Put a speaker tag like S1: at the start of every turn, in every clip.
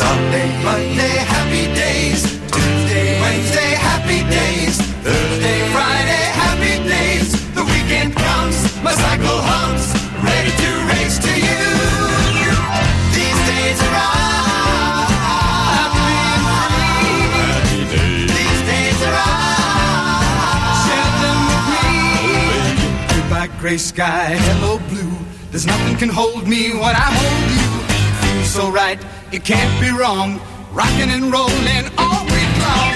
S1: Sunday, Monday, happy days. Tuesday, Wednesday, happy days. Thursday, Friday, happy days. The weekend comes, my cycle humps, ready to race to you. These days are I.
S2: Happy days.
S1: These days are ours. Share them with me. Goodbye, gray sky. Hello, blue. There's nothing can hold me when I hold you. Feels so right, it can't be wrong. Rocking and rolling all week long.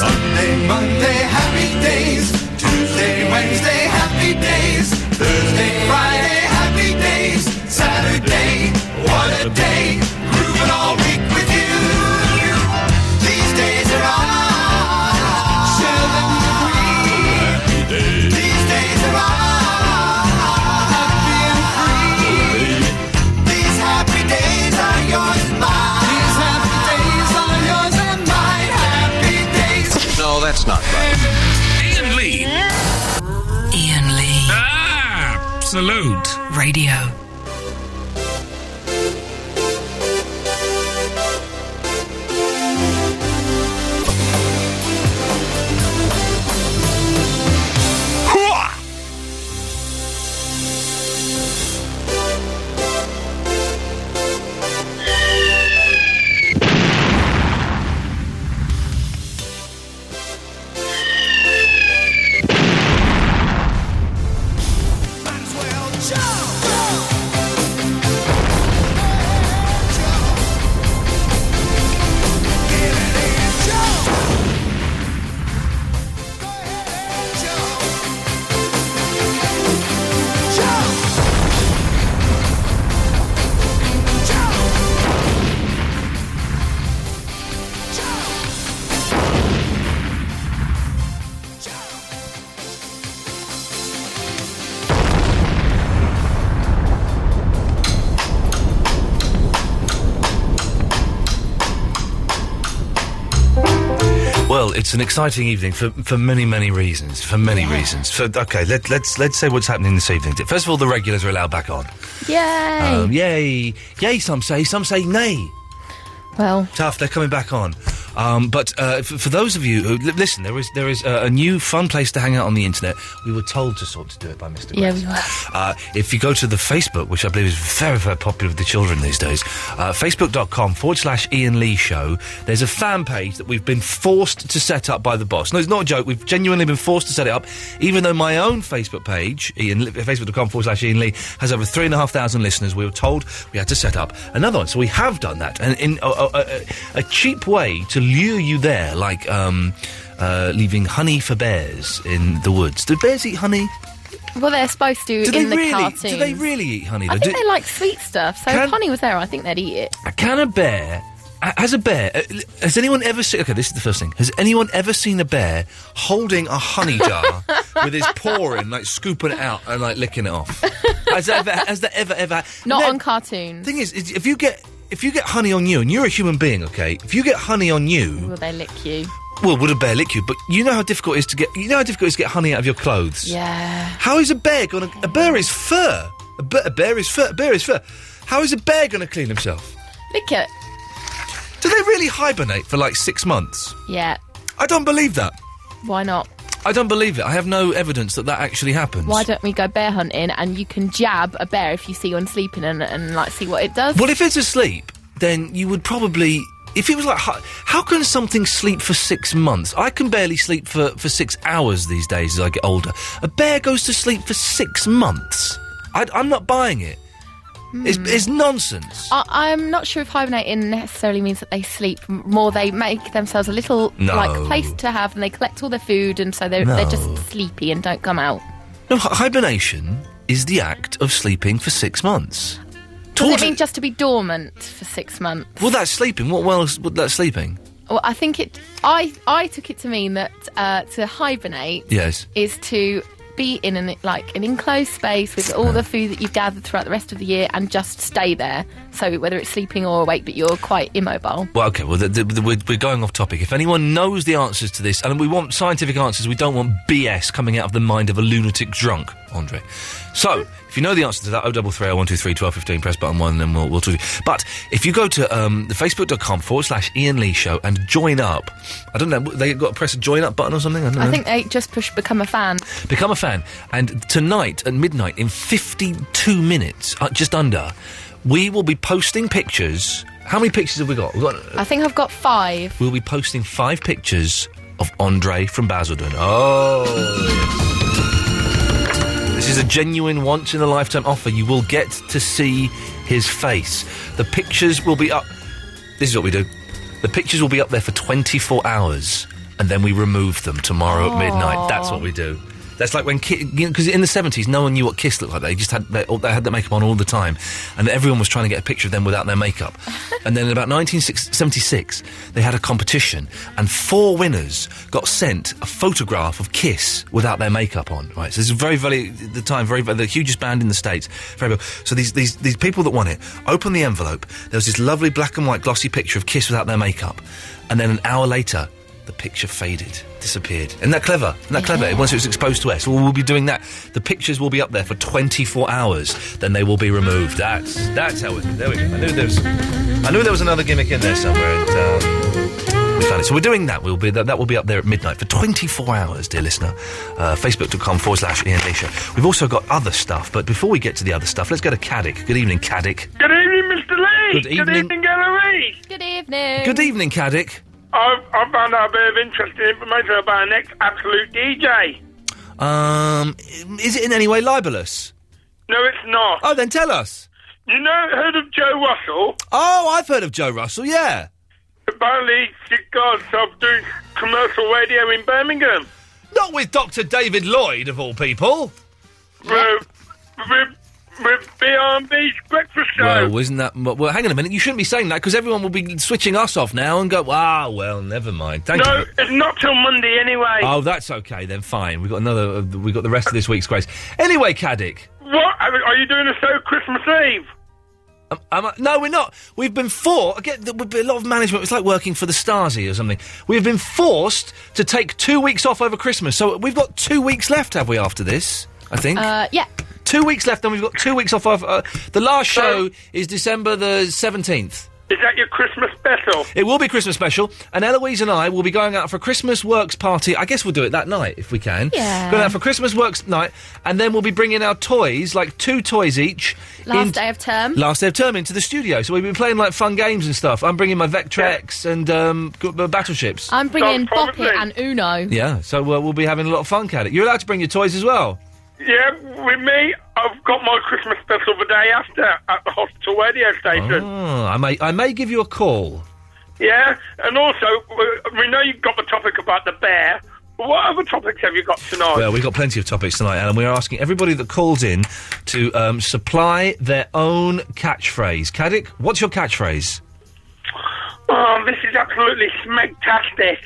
S1: Sunday, Monday, happy days. Tuesday, Wednesday, happy days. Thursday, Friday, happy days. Saturday, what a day. Grooving all week with you. These days are ours. Share them with me.
S2: Happy days.
S1: These days are ours. Happy and free. These happy days are yours and mine. These happy days are yours and mine. Happy days.
S3: No, that's not right.
S4: Ian Lee.
S5: Ian Lee.
S4: Ah, salute.
S5: Radio.
S6: Well, it's an exciting evening for, for many, many reasons. For many reasons. For, okay, let, let's let's say what's happening this evening. First of all, the regulars are allowed back on.
S7: Yay!
S6: Um, yay, yay! Some say, some say nay.
S7: well,
S6: Tough, they're coming back on. Um, but uh, f- for those of you who li- listen, there is there is uh, a new fun place to hang out on the internet. We were told to sort of do it by Mr.
S7: yeah,
S6: Grace.
S7: we were.
S6: Uh, if you go to the Facebook, which I believe is very, very popular with the children these days, uh, facebook.com forward slash Ian Lee Show, there's a fan page that we've been forced to set up by the boss. No, it's not a joke. We've genuinely been forced to set it up, even though my own Facebook page, Ian, Lee- facebook.com forward slash Ian Lee, has over 3,500 listeners. We were told we had to set up another one. So we have done that. And in a, a, a- a cheap way to lure you there, like um, uh, leaving honey for bears in the woods. Do bears eat honey?
S7: Well, they're supposed to
S6: Do
S7: in
S6: they
S7: the
S6: really?
S7: cartoons.
S6: Do they really eat honey?
S7: I
S6: though?
S7: think
S6: Do-
S7: they like sweet stuff, so
S6: Can-
S7: if honey was there, I think they'd eat it.
S6: Can a bear? a- Has a bear? uh, l- Has anyone ever seen? Okay, this is the first thing. Has anyone ever seen a bear holding a honey jar with his paw in, like scooping it out and like licking it off? Has that ever? Has that ever? Ever?
S7: Not
S6: No,
S7: on cartoons.
S6: Thing is, is, if you get if you get honey on you, and you're a human being, okay? If you get honey on you,
S7: Will they lick you?
S6: well, would a bear lick you? But you know how difficult it is to get. You know how difficult it is to get honey out of your clothes.
S7: Yeah.
S6: How is a bear going to? A bear is fur. A, be- a bear is fur. A bear is fur. How is a bear going to clean himself?
S7: Lick it.
S6: Do they really hibernate for like six months?
S7: Yeah.
S6: I don't believe that.
S7: Why not?
S6: I don't believe it. I have no evidence that that actually happens.
S7: Why don't we go bear hunting and you can jab a bear if you see one sleeping and, and like see what it does?
S6: well, if it's asleep, then you would probably. If it was like, how, how can something sleep for six months? I can barely sleep for, for six hours these days as I get older. A bear goes to sleep for six months. I, I'm not buying it. It's, it's nonsense.
S7: Hmm. I, I'm not sure if hibernating necessarily means that they sleep m- more. They make themselves a little
S6: No.
S7: like place to have, and they collect all their food, and so they're they're
S6: No.
S7: just sleepy and don't come out.
S6: no, hi- hibernation is the act of sleeping for six months.
S7: Does it
S6: Towards-
S7: mean just to be dormant for six months?
S6: well, that's sleeping. What well? is- What that's sleeping?
S7: Well, I think it. I I took it to mean that uh, to hibernate
S6: Yes.
S7: is to be in an like an enclosed space with all the food that you've gathered throughout the rest of the year and just stay there. So whether it's sleeping or awake, but you're quite immobile.
S6: Well, okay. Well, the, the, the, we're, we're going off topic. If anyone knows the answers to this, and we want scientific answers, we don't want BS coming out of the mind of a lunatic drunk, Andre. So, if you know the answer to that, 0330 123 1215, press button one, and then we'll, we'll talk to you. But if you go to um, the facebook.com forward slash Ian Lee Show and join up, I don't know, they got to press a join up button or something? I don't know.
S7: I think they just push become a fan.
S6: Become a fan. And tonight at midnight, in 52 minutes, uh, just under, we will be posting pictures. How many pictures have we got? We've got
S7: I think I've got five.
S6: we'll be posting five pictures of Andre from Basildon. Oh. This is a genuine once in a lifetime offer. You will get to see his face. The pictures will be up. This is what we do. The pictures will be up there for 24 hours and then we remove them tomorrow at midnight.
S2: Aw.
S6: That's what we do. That's like when because you know, 'cause in the 70s no one knew what Kiss looked like. They just had they, they had their makeup on all the time and everyone was trying to get a picture of them without their makeup. and then in about 1976 they had a competition and four winners got sent a photograph of Kiss without their makeup on. Right. So this is very very at the time very, very the hugest band in the states. Very big. So these these these people that won it opened the envelope. There was this lovely black and white glossy picture of Kiss without their makeup. And then an hour later the picture faded, disappeared. Isn't that clever? Isn't that clever? Once it was exposed to us, well, we'll be doing that. The pictures will be up there for 24 hours, then they will be removed. That's that's how it. There we go. I knew there was, I knew there was another gimmick in there somewhere. And, um, we found it. So we're doing that. We'll be that, that will be up there at midnight for 24 hours, dear listener. Uh, Facebook.com forward slash Ian Lee Show. We've also got other stuff, but before we get to the other stuff, let's go to Caddick. Good evening, Caddick.
S3: Good evening, Mr. Lee.
S6: Good evening.
S3: gallery.
S7: Good evening.
S6: Good evening, Caddick.
S3: I've, I've found out a bit of interesting information about an ex absolute DJ.
S6: Um, is it in any way libelous?
S3: No, it's not.
S6: Oh, then tell us.
S3: You know, heard of Joe Russell?
S6: Oh, I've heard of Joe Russell, yeah.
S3: Apparently, she got herself doing commercial radio in Birmingham.
S6: Not with Dr. David Lloyd, of all people.
S3: With, with, with B&B's breakfast show.
S6: Well, isn't that. Well, well, hang on a minute. You shouldn't be saying that because everyone will be switching us off now and go, ah, well, never mind. Thank
S3: no,
S6: you.
S3: it's not till Monday anyway.
S6: Oh, that's okay then. Fine. We've got another. Uh, we've got the rest of this week's grace. Anyway, Caddick.
S3: What? Are, are you doing a show Christmas Eve?
S6: Um, am I- no, we're not. We've been forced. Again, th- with a lot of management. It's like working for the Stasi or something. We've been forced to take two weeks off over Christmas. So we've got two weeks left, have we? After this, I think.
S7: Uh, yeah.
S6: Two weeks left, and we've got two weeks off. Of, uh, the last show is December the 17th.
S3: Is that your Christmas special?
S6: It will be Christmas special, and Eloise and I will be going out for a Christmas Works party. I guess we'll do it that night if we can.
S7: Yeah.
S6: Going out for Christmas Works night, and then we'll be bringing our toys, like two toys each.
S7: Last
S6: in-
S7: day of term.
S6: Last day of term into the studio. So we've been playing like fun games and stuff. I'm bringing my Vectrex and um, g- uh, battleships.
S7: I'm bringing Boppet and Uno.
S6: yeah, so uh, we'll be having a lot of fun at it. You're allowed to bring your toys as well.
S3: Yeah, with me, I've got my Christmas special the day after at the hospital radio station.
S6: Oh, I may I may give you a call.
S3: Yeah, and also, we- Uh, we know you've got the topic about the bear. but What other topics have you got
S1: Oh.
S3: tonight?
S6: Well, we've got plenty of topics tonight, Alan. We are asking everybody that calls in to um, supply their own catchphrase. Caddick, what's your catchphrase?
S3: Oh, this is absolutely smegtastic.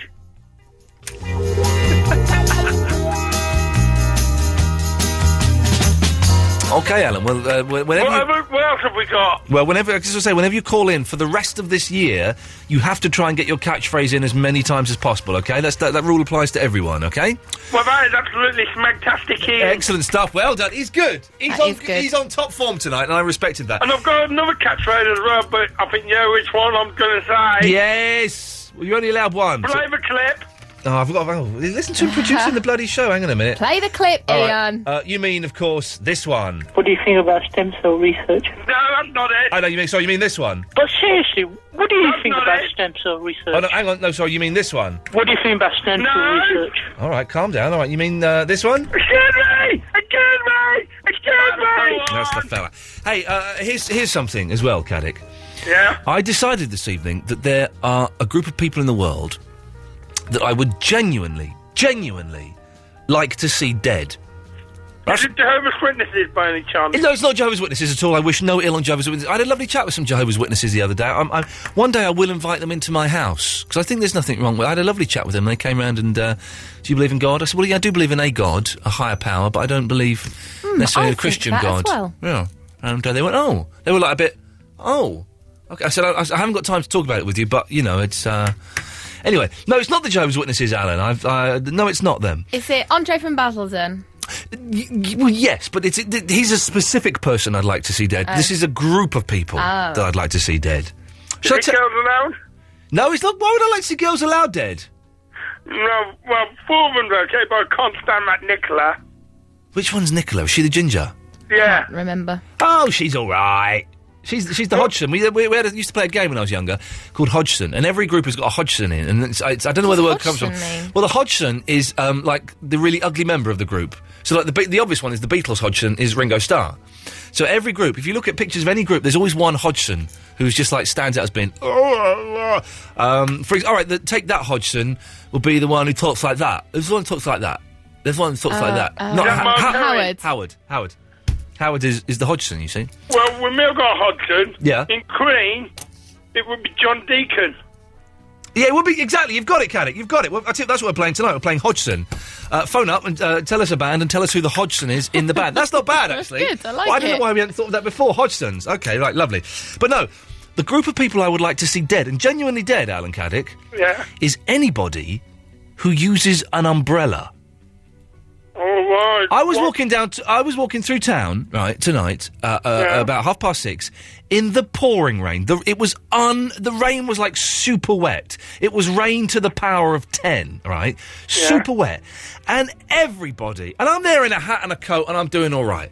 S6: Okay, Alan. Well, uh, wh-
S3: What,
S1: um,
S6: whenever. You,
S3: other- what else have we got?
S6: well, whenever, as I say, whenever you call in for the rest of this year, you have to try and get your catchphrase in as many times as possible. Okay, that's that. That rule applies to everyone. Okay.
S3: Well, that is absolutely smegtastic, Ian.
S6: Excellent stuff. Well done. He's good. He's
S3: That
S6: on.
S3: is good.
S6: He's on top form tonight, and I respected that.
S3: And I've got another catchphrase as well, but I think you know which one I'm going to say.
S6: Yes. Well, you're only allowed one.
S3: Play the clip.
S6: Oh, I've got. Oh, listen to him producing the bloody show. Hang on a minute.
S7: Play the clip,
S6: All right.
S7: Ian.
S6: Uh, you mean, of course, this one.
S8: What do you think about stem cell research?
S3: No, that's not it.
S6: Oh no, you mean sorry, you mean this one?
S8: But seriously, what do you think about stem cell
S6: Oh
S8: research?
S6: no, hang on, no, sorry, you mean this one?
S8: What do you think about stem cell research?
S6: All right, calm down. All right, you mean uh, this one?
S3: Excuse me! Excuse me! Excuse me!
S6: That's the fella. Hey, uh, here's here's something as well, Caddick.
S3: Yeah.
S6: I decided this evening that there are a group of people in the world that I would genuinely, genuinely like to see dead. That's-
S3: Is it Jehovah's Witnesses by any chance?
S6: No, it's not Jehovah's Witnesses at all. I wish no ill on Jehovah's Witnesses. I had a lovely chat with some Jehovah's Witnesses the other day. I'm, I'm, one day I will invite them into my house because I think there's nothing wrong with. I had a lovely chat with them. They came round and, uh, do you believe in God? I said, well, yeah, I do believe in a God, a higher power, but I don't believe necessarily
S7: Hmm, I
S6: a Christian
S7: think that as
S6: God.
S7: well.
S6: Yeah, and uh, they went, oh, they were like a bit, oh. Okay, I said I, I haven't got time to talk about it with you, but you know it's. Uh... Anyway, no, it's not the Jehovah's Witnesses, Alan. I've, I, no, it's not them.
S7: Is it Andre from Basildon?
S6: Y- y- Well, yes, but it's, it, he's a specific person I'd like to see dead.
S7: Oh.
S6: This is a group of people
S7: Oh.
S6: that I'd like to see dead. Shall I
S3: Is
S6: te-
S3: it Girls Aloud?
S6: no, it's not. Why would I like to see girls allowed dead?
S3: No, well, Foreman's okay, but I can't stand that Nicola.
S6: Which one's Nicola? Is she the ginger?
S3: Yeah.
S7: Remember.
S6: Oh, she's all right. She's she's the Hodgson. We we, we had a, used to play a game when I was younger called Hodgson, and every group has got a Hodgson in, and it's, it's, I don't know where the word
S7: What's
S6: comes from.
S7: Hodgson mean?
S6: Well, the Hodgson is um, like the really ugly member of the group. So like the Be- the obvious one is the Beatles Hodgson is Ringo Starr. So every group, if you look at pictures of any group, there's always one Hodgson who's just like stands out as being. "Oh, uh, uh." Um, for ex- all right, the, take that Hodgson will be the one who talks like that. There's one who talks like that. There's one who talks like
S7: Uh,
S6: that.
S7: uh,
S6: Not
S7: Jack
S6: Ha-
S3: Mark
S6: Ha-
S7: Howard.
S6: Howard. Howard. Howard is, is the Hodgson, you see.
S3: Well, when Mel got Hodgson,
S6: Yeah.
S3: in Queen, it would be John Deacon.
S6: Yeah, it would be exactly. You've got it, Caddick. You've got it. Well, that's, it. that's what we're playing tonight. We're playing Hodgson. Uh, phone up and uh, tell us a band and tell us who the Hodgson is in the band. That's not bad,
S7: That's
S6: actually.
S7: good. I like
S6: Well, I don't know
S7: it.
S6: why we hadn't thought of that before. Hodgsons. Okay, right, lovely. But no, the group of people I would like to see dead and genuinely dead, Alan Caddick,
S3: Yeah.
S6: is anybody who uses an umbrella.
S3: All right.
S6: I was
S3: What-
S6: walking down. T- I was walking through town right tonight, uh, uh,
S3: Yeah.
S6: about half past six, in the pouring rain. The, it was un. The rain was like super wet. It was rain to the power of ten. Right, super wet, and everybody. And I'm there in a hat and a coat, and I'm doing all right.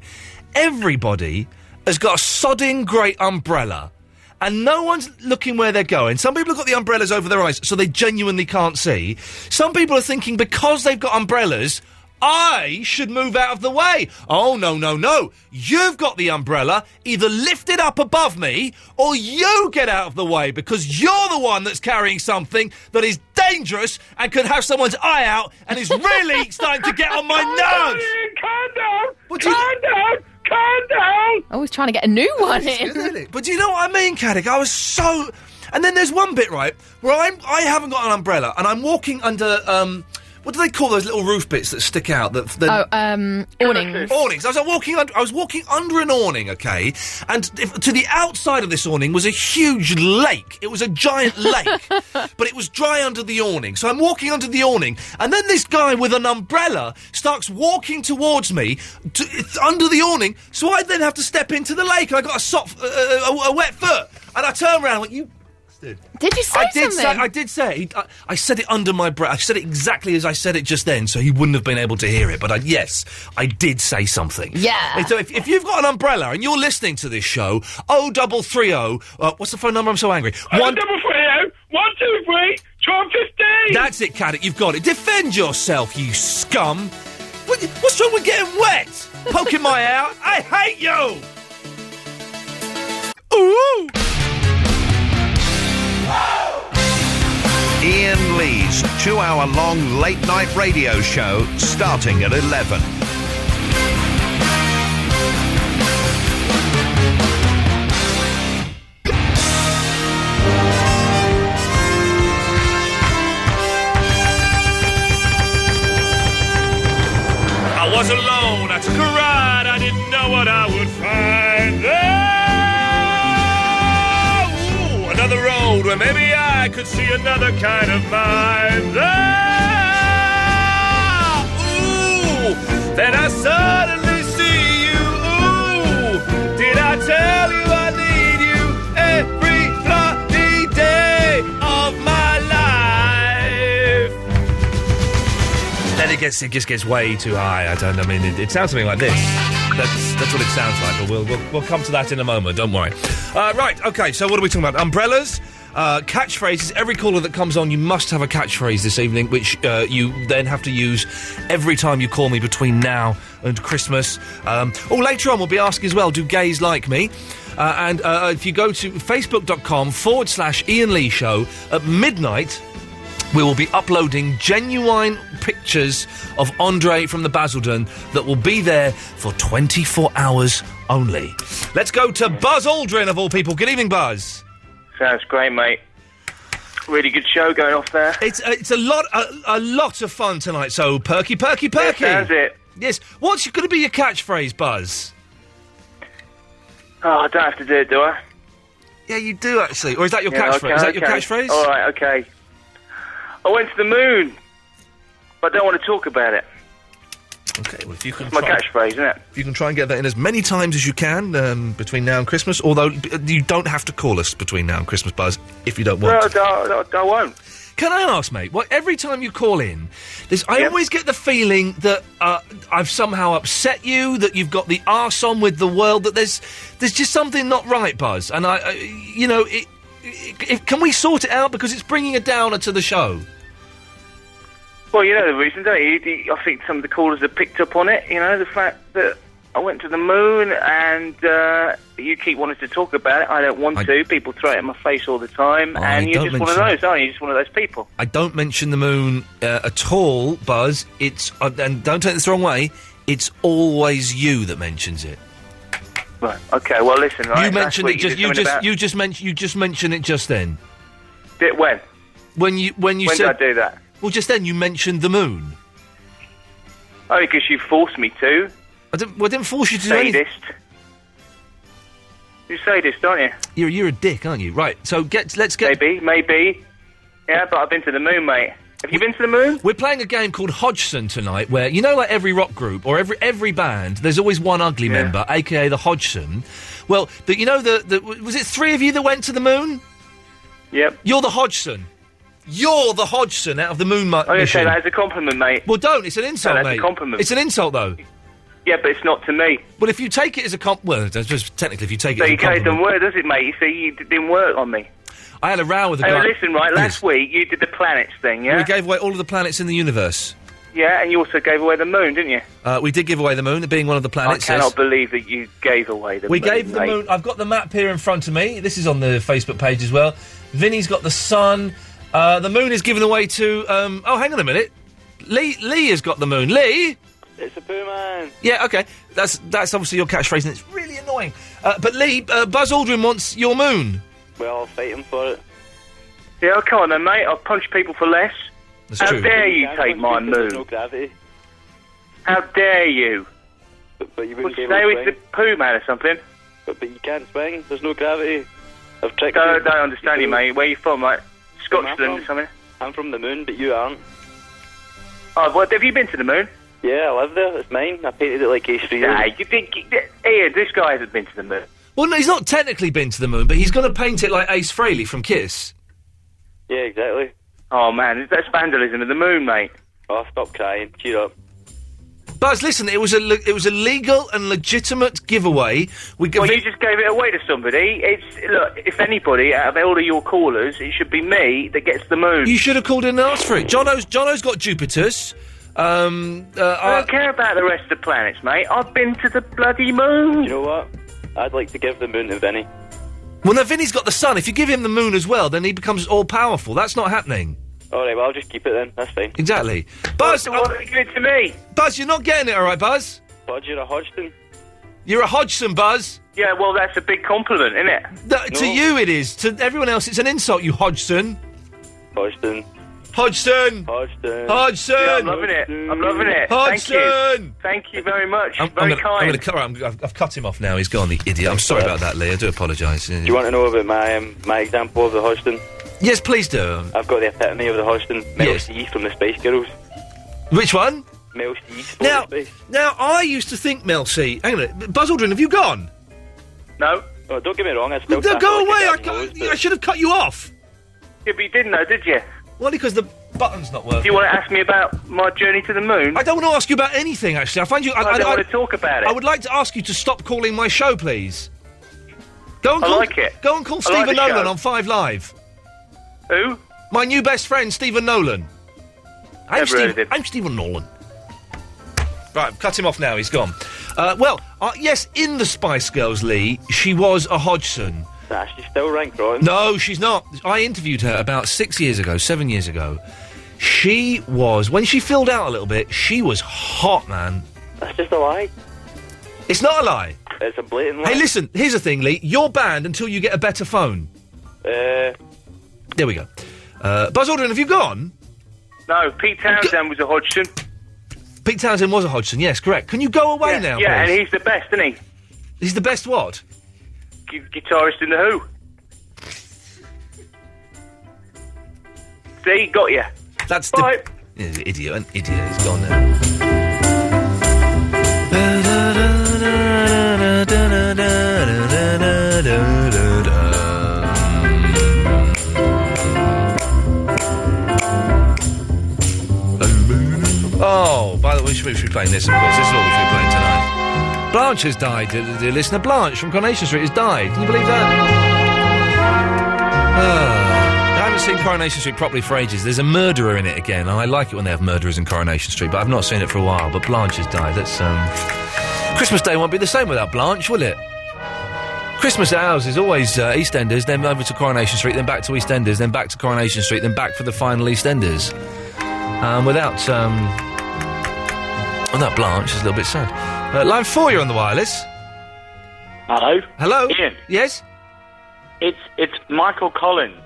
S6: Everybody has got a sodding great umbrella. And no one's looking where they're going. Some people have got the umbrellas over their eyes, so they genuinely can't see. Some people are thinking because they've got umbrellas, I should move out of the way. Oh, no, no, no. You've got the umbrella. Either lift it up above me or you get out of the way because you're the one that's carrying something that is dangerous and could have someone's eye out and is really starting to get on my nerves.
S3: Calm down!
S6: What do you-
S3: calm down! Calm down!
S7: Always trying to get a new one
S6: It's
S7: in.
S6: really- But do you know what I mean, Caddick? I was so. And then there's one bit, right, where I'm, I haven't got an umbrella and I'm walking under, um, what do they call those little roof bits that stick out? That, that
S7: Oh, um, awnings.
S6: awnings. I was like, walking. Under, I was walking under an awning, okay, and if, to the outside of this awning was a huge lake. It was a giant lake, but it was dry under the awning. So I'm walking under the awning, and then this guy with an umbrella starts walking towards me to, it's under the awning. So I then have to step into the lake, and I got a, soft, uh, uh, a, a wet foot, and I turn around like you. bastard."
S7: Did you say
S6: I did
S7: something?
S6: say. I did say. it. I, I said it under my breath. I said it exactly as I said it just then, so he wouldn't have been able to hear it. But I, yes, I did say something.
S7: Yeah.
S6: And so if, if you've got an umbrella and you're listening to this show, oh double three oh. uh, What's the phone number? I'm so angry.
S3: One double three oh, one two three, twelve fifteen.
S6: That's it, Caddick. You've got it. Defend yourself, you scum. What, what's wrong with getting wet? Poking my eye out. I hate you. Ooh.
S1: Ian Lee's two hour long late night radio show starting at 11.
S4: I was alone. I took a ride. I didn't know what I would find. Ah, ooh, another road where maybe I could see another kind of mind. Ah, ooh, then I suddenly see you. Ooh, did I tell you I need you every bloody day of my life?
S6: Then it gets it just gets way too high. I don't. I mean, it, it sounds something like this. That's that's what it sounds like. But we'll we'll, we'll come to that in a moment. Don't worry. Uh, right. Okay. So what are we talking about? Umbrellas. Uh, catchphrases. Every caller that comes on, you must have a catchphrase this evening, which uh, you then have to use every time you call me between now and Christmas. Um, oh, later on, we'll be asking as well do gays like me? Uh, and uh, if you go to facebook.com forward slash Ian Lee Show at midnight, We will be uploading genuine pictures of Andre from the Basildon that will be there for 24 hours only. Let's go to Buzz Aldrin, of all people. Good evening, Buzz.
S2: Sounds great, mate. Really good show going off there.
S6: It's uh, it's a lot a, a lot of fun tonight. So perky, perky, perky.
S2: sounds it.
S6: Yes. What's going to be your catchphrase, Buzz?
S2: Oh, I don't have to do it, do I?
S6: Yeah, you do actually. Or is that your
S2: Yeah,
S6: catchphrase?
S2: okay,
S6: is that your
S2: okay.
S6: catchphrase?
S2: All right, okay. I went to the moon, but I don't want to talk about it.
S6: Okay, well, if you can
S2: It's my
S6: try-
S2: catchphrase, isn't it?
S6: If you can try and get that in as many times as you can um, between now and Christmas, although b- you don't have to call us between now and Christmas, Buzz, if you don't want.
S2: Well, I, don't- I, I won't.
S6: Can I ask, mate? What every time you call in, there's, I always get the feeling that uh, I've somehow upset you, that you've got the arse on with the world, that there's there's just something not right, Buzz. And I, I you know, it, it, it, can we sort it out because it's bringing a downer to the show.
S2: Well, you know the reason, don't you? The- I think some of the callers have picked up on it. You know the fact that I went to the moon, and uh, you keep wanting to talk about it. I don't want to. People throw it in my face all the time,
S6: I
S2: and you're
S6: don't
S2: just one of
S6: mention it.
S2: those, aren't you? You're just one of those people.
S6: I don't mention the moon uh, at all, Buzz. It's uh, and don't take this the wrong way. It's always you that mentions it.
S2: Right. Okay. Well, listen. right,
S6: you
S2: last
S6: mentioned
S2: week
S6: it just
S2: did
S6: you
S2: something
S6: just
S2: about-
S6: you just mentioned you just mentioned it just then
S2: Did, when?
S6: when you when you
S2: When did
S6: said
S2: I do that?
S6: well just then you mentioned the moon.
S2: Oh, because you forced me to.
S6: I didn't, well, I didn't force you to do anything.
S2: Sadist. You sadist, aren't you?
S6: You're you're a dick, aren't you? Right. So get let's get
S2: Maybe, maybe. Yeah, but I've been to the moon, mate. Have you been to the moon?
S6: We're playing a game called Hodgson tonight, where you know, like every rock group or every every band, there's always one ugly member, aka the Hodgson. Well, the, you know, the, the was it three of you that went to the moon?
S2: Yep.
S6: You're the Hodgson. You're the Hodgson out of the moon mu-
S2: I'm going to
S6: mission.
S2: say that as a compliment, mate.
S6: Well, don't. It's an insult,
S2: that's a
S6: mate.
S2: compliment.
S6: It's an insult, though.
S2: Yeah, but it's not to me.
S6: Well, if you take it as a comp, well, that's just technically, if you take it
S2: So
S6: as
S2: you
S6: a
S2: guys
S6: compliment,
S2: didn't work, does it, mate? You see, you d- didn't work on me.
S6: I had a row with a
S2: Hey,
S6: guy.
S2: listen, right, last week you did the planets thing, yeah?
S6: We gave away all of the planets in the universe.
S2: yeah, and you also gave away the moon, didn't you?
S6: Uh, we did give away the moon, being one of the
S2: I
S6: planets. yes.
S2: cannot believe that you gave away the
S6: we
S2: moon,
S6: gave the
S2: mate.
S6: moon. I've got the map here in front of me. This is on the Facebook page as well. Vinny's got the sun. Uh, the moon is given away to. Um, oh, hang on a minute. Lee Lee has got the moon. Lee.
S2: It's a poo man.
S6: Yeah, okay. That's that's obviously your catchphrase, and it's really annoying. Uh, but Lee, uh, Buzz Aldrin wants your moon.
S2: Well, I'll fight him for it. Yeah, oh, come on then, mate. I'll punch people for less.
S6: That's
S2: How
S6: true.
S2: dare you
S9: Yeah,
S2: take my
S9: because there's
S2: moon?
S9: No gravity.
S2: How dare you?
S9: But, but you
S2: Well,
S9: wouldn't be
S2: stay
S9: able to
S2: with the
S9: swing.
S2: poo man or something.
S9: But, but you can't swing. There's no gravity. I've
S2: I
S9: tricked you.
S2: don't, don't understand you, mate. Where you from, mate?
S9: Where am I
S2: Scotland or
S9: from?
S2: something?
S9: I'm from the moon, but you aren't.
S2: Oh, what, have you been to the moon?
S9: Yeah, I live there. It's mine. I painted it like a three.
S2: Nah, you think... Hey, this guy hasn't been to the moon.
S6: Well, no, he's not technically been to the moon, but he's going to paint it like Ace Frehley from Kiss.
S9: Yeah, exactly.
S2: Oh, man, that's vandalism of the moon, mate.
S9: Oh, stop crying. Cheer up.
S6: Buzz, listen, it was a le- it was a legal and legitimate giveaway. We g-
S2: Well, you just gave it away to somebody. It's Look, if anybody, out of all of your callers, it should be me that gets the moon.
S6: You should have called in and asked for it. Jono's Jono's got Jupiter's. Um, uh,
S2: I
S6: I-
S2: don't care about the rest of the planets, mate. I've been to the bloody moon.
S9: You know what? I'd like to give the moon to Vinny.
S6: well, now Vinny's got the sun. If you give him the moon as well, then he becomes all powerful. That's not happening.
S9: All right, well, I'll just keep it then. That's fine.
S6: Exactly, Buzz.
S2: Why don't you give it to me?
S6: Buzz, you're not getting it, all right, Buzz.
S9: Budge, you're a Hodgson.
S6: You're a Hodgson, Buzz.
S2: Yeah, well, that's a big compliment, isn't it?
S6: Th- To you, it is. To everyone else, it's an insult. You Hodgson,
S9: Hodgson.
S6: Hodgson,
S9: Hodgson.
S6: Hodgson.
S2: Yeah, I'm loving it. I'm loving it. Thank
S6: Hodgson!
S2: you. Thank you very much.
S6: I'm,
S2: very
S6: I'm gonna, I'm
S2: kind.
S6: gonna cut, right, I'm, I've, I've cut him off now. He's gone, the idiot. I'm sorry about that, Lee. I do apologise.
S9: Do you want to know about my um, my example of the Hodgson?
S6: Yes, please do.
S9: I've got the epitome of the Hodgson. Mel
S6: Yes.
S9: C from the Spice Girls.
S6: Which one?
S9: Mel C. stole
S6: Now,
S9: the Spice.
S6: now I used to think Mel C. Hang on, a minute. Buzz Aldrin, have you gone?
S2: No.
S9: Oh, don't get me wrong. I still
S6: No,
S9: sound
S6: go
S9: like a
S6: away! I,
S9: damn
S6: can't-
S9: rose, but-
S6: I should have cut you off.
S2: Yeah, but you didn't know, did you?
S6: Well, because the button's not working.
S2: Do you want to ask me about my journey to the moon?
S6: I don't want to ask you about anything. Actually, I find you. I,
S2: I don't
S6: I-
S2: want to talk about it.
S6: I would like to ask you to stop calling my show, please. Go and
S2: I
S6: call,
S2: like it.
S6: Go and call
S2: I like
S6: Stephen
S2: the
S6: Nolan
S2: show.
S6: on Five Live.
S2: Who?
S6: My new best friend, Stephen Nolan.
S2: Never
S6: I'm,
S2: heard
S6: Steve,
S2: of him.
S6: I'm Stephen Nolan. Right, I've cut him off now. He's gone. Uh, well, uh, yes, in the Spice Girls, Lee, she was a Hodgson.
S9: Nah, she's still ranked rotten.
S6: No, she's not. I interviewed her about six years ago, seven years ago, She was when she filled out a little bit. She was hot, man.
S9: That's just a lie.
S6: It's not a lie.
S9: It's a blatant lie.
S6: Hey, listen. Here's the thing, Lee. You're banned until you get a better phone.
S9: Uh,
S6: There we go. Uh, Buzz Aldrin, have you gone?
S2: No, Pete Townsend was a Hodgson.
S6: Pete Townsend was a Hodgson. Yes, correct. Can you go away
S2: yeah,
S6: now?
S2: yeah,
S6: please?
S2: and he's the best, isn't he?
S6: He's the best what?
S2: Gu- guitarist in the Who. See, got you.
S6: That's the Yeah, idiot. An idiot. He's gone now. Oh, by the way, we should we should be playing this, of course. This is what we should be playing tonight. Blanche has died, dear, dear listener. Blanche from Coronation Street has died. Can you believe uh, that? Ah. I haven't seen Coronation Street properly for ages. There's a murderer in it again, and I like it when they have murderers in Coronation Street, but I've not seen it for a while. But Blanche has died. That's, um... Christmas Day won't be the same without Blanche, will it? Christmas at ours is always uh, EastEnders, then over to Coronation Street, then back to EastEnders, then back to Coronation Street, then back for the final EastEnders. Um, without, um... Without Blanche, it's a little bit sad. Uh, line four, you're on the wireless.
S10: Hello.
S6: Hello.
S10: Ian.
S6: Yes.
S10: It's it's Michael Collins.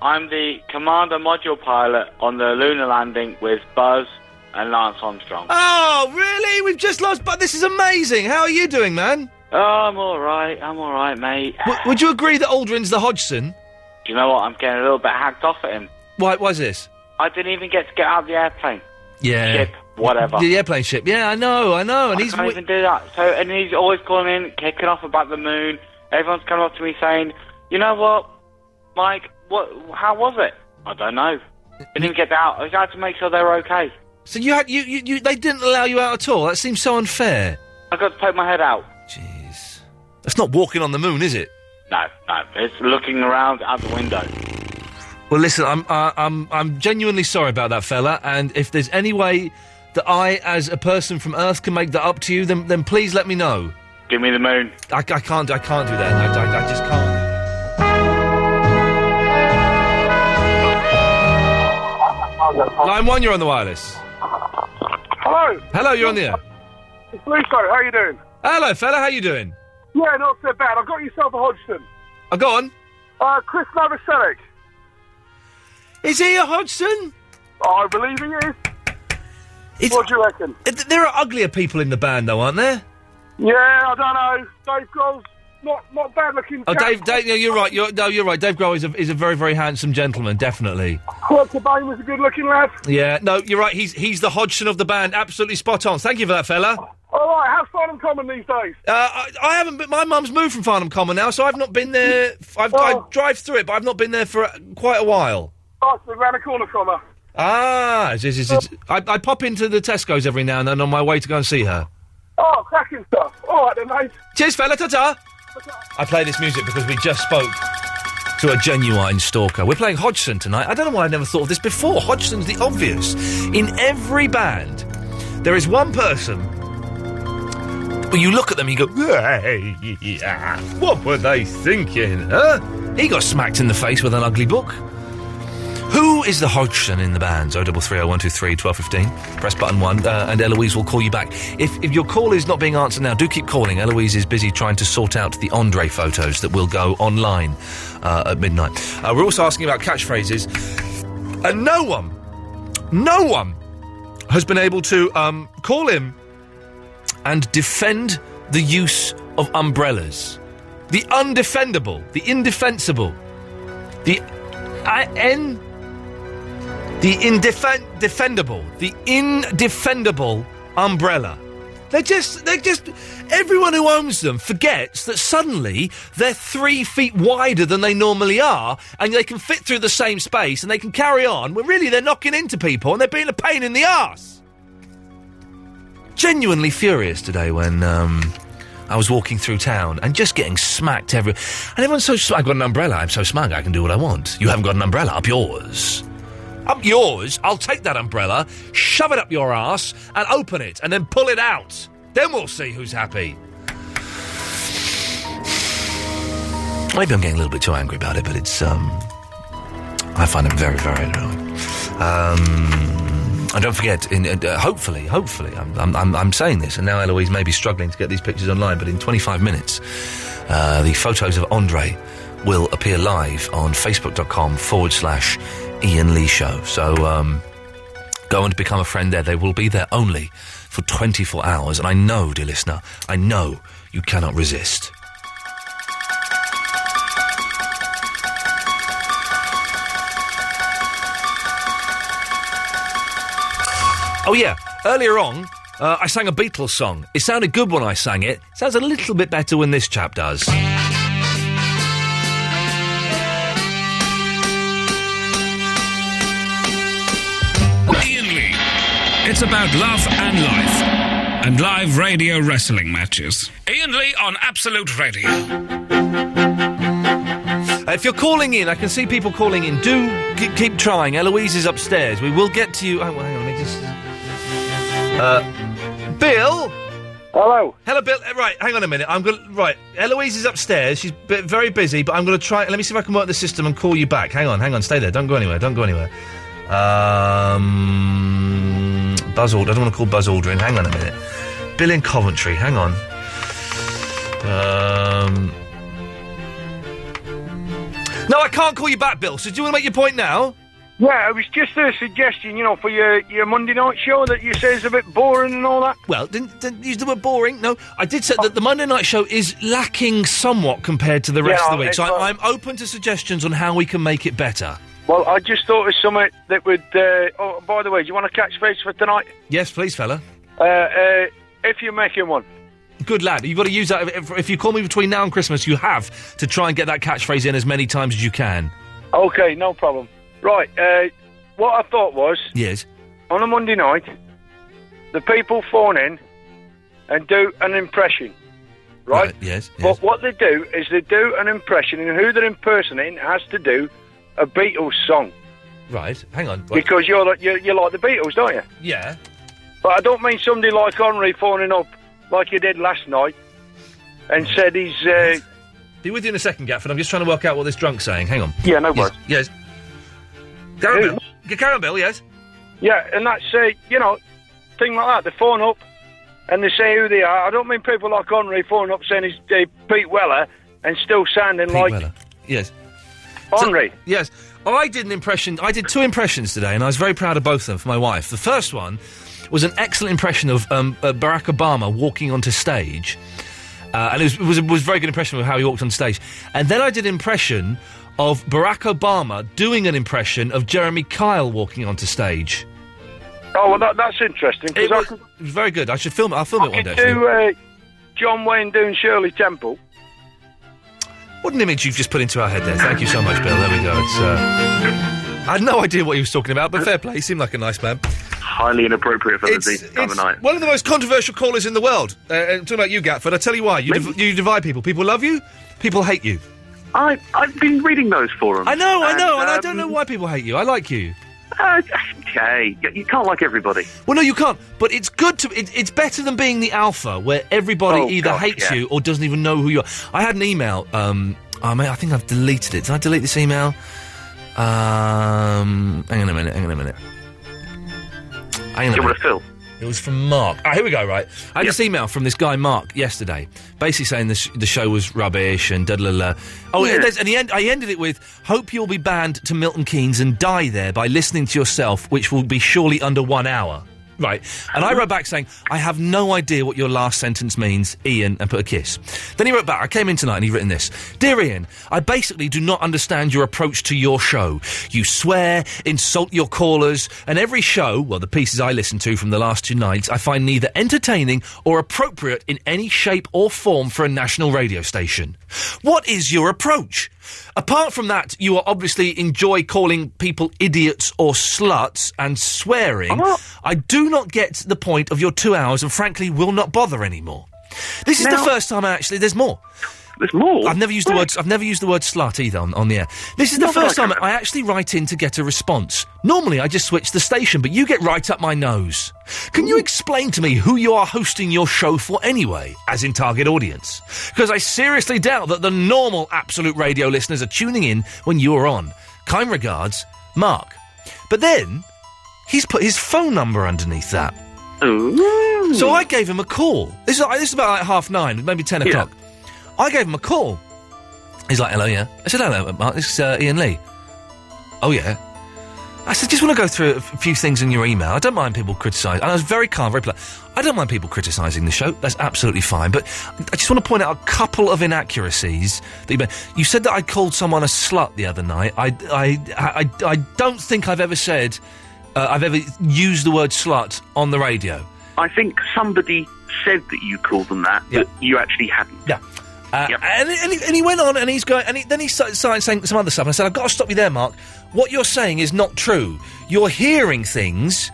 S10: I'm the commander module pilot on the lunar landing with Buzz and Lance Armstrong.
S6: Oh, really? We've just lost, but this is amazing. How are you doing, man?
S10: Oh, I'm all right. I'm all right, mate.
S6: W- would you agree that Aldrin's the Hodgson?
S10: Do you know what? I'm getting a little bit hacked off at him.
S6: Why was this?
S10: I didn't even get to get out of the airplane.
S6: Yeah.
S10: Ship, whatever.
S6: The airplane ship. Yeah, I know, I know. And
S10: I
S6: he's
S10: can't
S6: wi-
S10: even do that. So, and he's always calling in, kicking off about the moon. Everyone's coming up to me saying, "You know what, Mike? What? How was it? I don't know. Didn't even get out. I just had to make sure they were okay.
S6: so you had you, you you they didn't allow you out at all. That seems so unfair.
S10: I got to poke my head out.
S6: That's not walking on the moon, is it?
S10: No, no. It's looking around out the window.
S6: Well, listen, I'm uh, I'm I'm genuinely sorry about that fella. And if there's any way that I, as a person from Earth, can make that up to you, then then please let me know.
S10: Give me the moon.
S6: I, I can't I can't do that. I, I, I just can't. Line one, you're on the wireless.
S11: Hello,
S6: Hello, you're on the air.
S11: it's Luco. How you doing?
S6: Hello, fella, how you doing?
S11: Yeah, not so bad. I've got yourself a Hodgson.
S6: Uh, go on.
S11: Uh, Chris Novoselic.
S6: Is he a Hodgson?
S11: I believe he is.
S6: what
S11: do you reckon?
S6: There are uglier people in the band, though, aren't there?
S11: Yeah, I don't know. Dave Grohl's not not bad looking.
S6: Oh,
S11: chap.
S6: Dave, Dave, no, you're right. You're, no, you're right. Dave Grohl is a, is a very, very handsome gentleman, definitely.
S11: Kurt Cobain was a good looking lad.
S6: Yeah, no, you're right. He's he's the Hodgson of the band. Absolutely spot on. Thank you for that, fella.
S11: All right, how's Farnham Common these days?
S6: Uh, I, I haven't. been My mum's moved from Farnham Common now, so I've not been there. Uh, I've, I drive through it, but I've not been there for uh, quite a while.
S11: I've been round the corner from her.
S6: Ah, it's- it's- it's- I, I pop into the Tesco's every now and then on my way to go and see her.
S11: Oh, cracking stuff. All right then, mate.
S6: Cheers, fella. Ta-ta. I play this music because we just spoke to a genuine stalker. We're playing Hodgson tonight. I don't know why I never thought of this before. Hodgson's the obvious. In every band, there is one person. Well, you look at them and you go, "Hey, yeah, what were they thinking, huh? He got smacked in the face with an ugly book. Who is the Hodgson in the Oh, bands? 0330123 1215. Press button one, uh, and Eloise will call you back. If, if your call is not being answered now, do keep calling. Eloise is busy trying to sort out the Andre photos that will go online uh, at midnight. Uh, we're also asking about catchphrases, and no one, no one has been able to um, call him and defend the use of umbrellas. The undefendable, the indefensible, the I N the indefendable, the indefendable umbrella. They're just, they're just, everyone who owns them forgets that suddenly they're three feet wider than they normally are and they can fit through the same space and they can carry on when really they're knocking into people and they're being a pain in the arse. Genuinely furious today when, um, I was walking through town and just getting smacked every. And everyone's so. Sm- I've got an umbrella. I'm so smug. I can do what I want. You haven't got an umbrella. Up yours. Up yours. I'll take that umbrella, shove it up your ass, and open it, and then pull it out. Then we'll see who's happy. Maybe I'm getting a little bit too angry about it, but it's um. I find it very, very annoying. Um, and don't forget, in, in- uh, hopefully, hopefully, I'm, I'm, I'm, I'm saying this, and now Eloise may be struggling to get these pictures online, but in 25 minutes, uh, the photos of Andre will appear live on facebook.com forward slash Ian Lee Show. So, um, Go and become a friend there. They will be there only for 24 hours. And I know, dear listener, I know you cannot resist. Oh, yeah. Earlier on, uh, I sang a Beatles song. It sounded good when I sang it. Sounds a little bit better when this chap does.
S4: Eh.
S12: Ian Lee. It's about love and life and live radio wrestling matches. Ian Lee on Absolute Radio.
S6: Uh, if you're calling in, I can see people calling in. Do g- keep trying. Eloise is upstairs. We will get to you. Oh, well, hang on, let me just. Uh, Bill. Hello. Hello, Bill. Uh, Right, hang on a minute. I'm going. to Right, Eloise is upstairs. She's b- very busy, but I'm going to try. Let me see if I can work the system and call you back. Hang on, hang on. Stay there. Don't go anywhere. Don't go anywhere. Um, Buzz Aldrin. I don't want to call Buzz Aldrin. Hang on a minute. Bill in Coventry. Hang on. Um. No, I can't call you back, Bill. So do you want to make your point now?
S11: Yeah, it was just a suggestion, you know, for your, your Monday night show that you say is a bit boring and all that.
S6: Well, didn't, didn't use the word boring. No, I did say that the Monday night show is lacking somewhat compared to the rest
S11: Yeah,
S6: of the week. So
S11: it's
S6: I'm, I'm open to suggestions on how we can make it better.
S11: Well, I just thought of something that would. Uh, oh, by the way, do you want a catchphrase for tonight?
S6: Yes, please, fella.
S11: Uh, uh, if you're making one.
S6: Good lad. You've got to use that. If, if you call me between now and Christmas, you have to try and get that catchphrase in as many times as you can.
S11: Okay, no problem. Right, uh, what I thought was
S6: Yes.
S11: on a Monday night, the people phone in and do an impression, right?
S6: Yes.
S11: But what they do is they do an impression, and who they're impersonating has to do a Beatles song
S6: Right. Hang on. Wait.
S11: because you're like you're, you're like the Beatles, don't you?
S6: Yeah.
S11: But I don't mean somebody like Henry phoning up like you did last night and said he's. Uh,
S6: Be with you in a second, Gafford. I'm just trying to work out what this drunk's saying. Hang on.
S11: Yeah, no
S6: worries. Yes. Karen Bill. Yeah, Karen Bill, yes.
S11: Yeah, and that's uh, you know, thing like that. They phone up and they say who they are. I don't mean people like Henry phone up saying he's uh, Pete Weller and still sounding like
S6: Yes.
S11: Henry.
S6: Yes. I did an impression. I did two impressions today, and I was very proud of both of them for my wife. The first one was an excellent impression of um, uh, Barack Obama walking onto stage, uh, and it was, it was it was a very good impression of how he walked on stage. And then I did an impression of Barack Obama doing an impression of Jeremy Kyle walking onto stage.
S11: Oh well, that, that's interesting.
S6: It
S11: Cause I
S6: was,
S11: could,
S6: it was very good. I should film it. I'll film it one
S11: could
S6: day. actually.
S11: do uh, John Wayne doing Shirley Temple.
S6: What an image you've just put into our head there. Thank you so much, Bill. There we go. It's, uh, I had no idea what he was talking about, but fair play. He seemed like a nice man.
S13: Highly inappropriate for
S6: It's-
S13: the decent time of
S6: it's
S13: night.
S6: One of the most controversial callers in the world. Uh, and talking about you, Gatford, I tell you why. You, div- you divide people. People love you, people hate you.
S13: I, I've been reading those forums.
S6: I know, I
S13: and,
S6: know, and I
S13: um,
S6: don't know why people hate you. I like you.
S13: Uh, okay, you, you can't like everybody.
S6: Well, no, you can't. But it's good to. It, it's better than being the alpha, where everybody
S13: Oh,
S6: either
S13: gosh,
S6: hates
S13: yeah.
S6: you or doesn't even know who you are. I had an email. Um, I, may I think I've deleted it. Did I delete this email? Um, hang on a minute. Hang on a minute. Hang on a
S13: Do you
S6: minute.
S13: want to fill?
S6: It was from Mark. Ah, here we go, right? I had this email from this guy, Mark, yesterday, basically saying the, sh- the show was rubbish and da da da. da. Oh,
S13: Yeah.
S6: and, there's- and he end- I ended it with, hope you'll be banned to Milton Keynes and die there by listening to yourself, which will be surely under one hour. Right. And I wrote back saying, I have no idea what your last sentence means, Ian, and put a kiss. Then he wrote back, I came in tonight and he'd written this Dear Ian, I basically do not understand your approach to your show. You swear, insult your callers, and every show, well, the pieces I listened to from the last two nights, I find neither entertaining or appropriate in any shape or form for a national radio station. What is your approach? Apart from that, you are obviously enjoy calling people idiots or sluts and swearing. I do not get the point of your two hours and frankly will not bother anymore. This is
S13: Now-
S6: the first time I actually there's more.
S13: There's more.
S6: I've never used the word I've never used the word slut either on, on the air. This is the
S13: Not that I
S6: first
S13: can
S6: time I actually write in to get a response. Normally I just switch the station, but you get right up my nose. Can you explain to me who you are hosting your show for anyway, as in target audience? Because I seriously doubt that the normal absolute radio listeners are tuning in when you are on. Kind regards, Mark. But then He's put his phone number underneath that. Ooh. So I gave him a call. This is, uh, this is about like half nine, maybe ten o'clock. I gave him a call. He's like, hello, yeah. I said, hello, Mark, this is uh, Ian Lee. Oh, yeah. I said, just want to go through a f- few things in your email. I don't mind people criticising. And I was very calm, very polite. I don't mind people criticising the show. That's absolutely fine. But I just want to point out a couple of inaccuracies that you made. You said that I called someone a slut the other night. I, I, I, I don't think I've ever said, uh, I've ever used the word slut on the radio.
S13: I think somebody said that you called them that, but you actually hadn't.
S6: Yeah. Uh, and, and, he, and he went on and he's going, and he, then he started, started saying some other stuff. And I said, I've got to stop you there, Mark. What you're saying is not true. You're hearing things,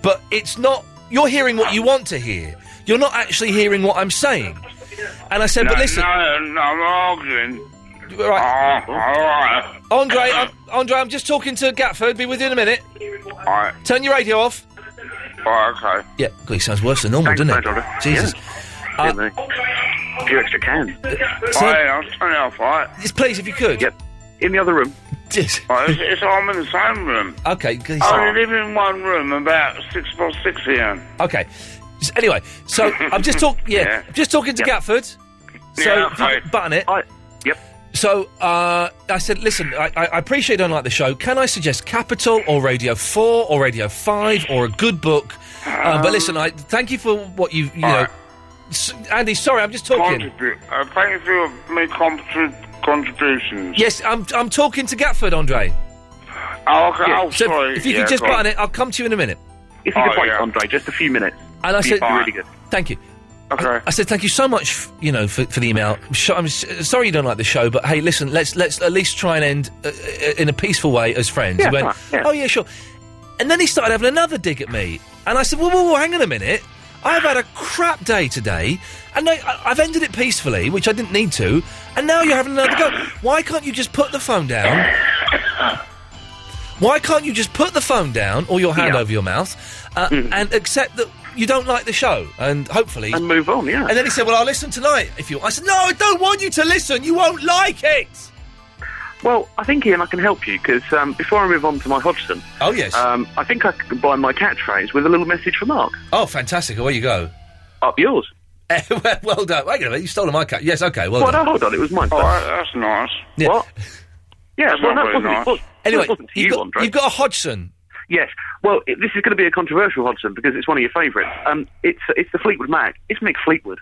S6: but it's not, you're hearing what you want to hear. You're not actually hearing what I'm saying. And I said,
S3: no,
S6: but listen.
S3: No, no, I'm arguing.
S6: Right.
S3: Oh, all right.
S6: Andre, I'm, Andre, I'm just talking to Gatford. Be with you in a minute.
S3: All right.
S6: Turn your radio off.
S3: All right, okay.
S6: Yeah, God, he sounds worse than normal, doesn't it? Jesus. Uh,
S13: A few extra cans.
S6: So-
S3: all right, I'll turn it off, all right?
S6: Yes, please, if you could.
S13: Yep. In the other room.
S6: Yes.
S3: All right, it's, it's, I'm in the same room.
S6: Okay, good.
S3: I live in one room, about six by six here.
S6: Okay. S- Anyway, so I'm just talking. Yeah,
S3: Yeah.
S6: I'm just talking to Gatford. So
S3: Yeah,
S6: if you could button it.
S13: yep.
S6: So uh, I said, listen, I, I I appreciate you don't like the show. Can I suggest Capital or Radio Four or Radio Five or a good book? Uh, but
S3: Um,
S6: listen, I thank you for what you you know.
S3: Alright.
S6: S- Andy, sorry, I'm just talking.
S3: Contribute. Uh, thank you for my contrib- contributions.
S6: Yes, I'm I'm talking to Gatford, Andre.
S3: Oh, okay. Oh,
S6: so if-
S3: sorry.
S6: If you
S3: Yeah,
S6: could just
S3: go on.
S6: button it, I'll come to you in a minute.
S13: If
S6: Oh,
S13: you could wait, Andre, just a few minutes.
S6: And I
S13: Be
S6: said,
S13: really good.
S6: Thank you. Okay. I, I said thank you so much, f- you know, for, for the email. Sh- I'm s- sorry you don't like the show, but hey, listen, let's let's at least try and end uh, uh, in a peaceful way as friends.
S4: Yeah,
S6: he went,
S4: fine, yeah.
S6: oh yeah, sure. And then he started having another dig at me, and I said, whoa, whoa, whoa, hang on a minute. I've had a crap day today, and I, I, I've ended it peacefully, which I didn't need to. And now you're having another go. Why can't you just put the phone down? Why can't you just put the phone down or your hand over your mouth uh,
S13: Hmm.
S6: and accept that you don't like the show and hopefully and
S13: move on? Yeah.
S6: And then he said, "Well, I'll listen tonight if you." I said, "No, I don't want you to listen. You won't like it."
S13: Well, I think Ian, I can help you because um, before I move on to my Hodgson,
S6: oh yes,
S13: um, I think I could combine my catchphrase with a little message for Mark.
S6: Oh, fantastic! Away you go.
S13: Up yours.
S6: well done. Wait a minute, you stole my cat. Yes, okay. Well,
S13: Well,
S6: done.
S13: no, hold on, it was mine.
S6: Oh,
S3: that's nice.
S6: What?
S13: Yeah,
S6: That's
S13: well,
S6: not
S13: no,
S6: very
S13: it wasn't,
S6: nice.
S13: it wasn't,
S6: Anyway,
S13: it wasn't to
S6: you've
S13: you,
S6: got-
S13: Andre.
S6: you've got a Hodgson.
S13: Yes. Well, it, this is going to be a controversial Hodgson because it's one of your favourites. Um, it's it's the Fleetwood Mac. It's Mick Fleetwood.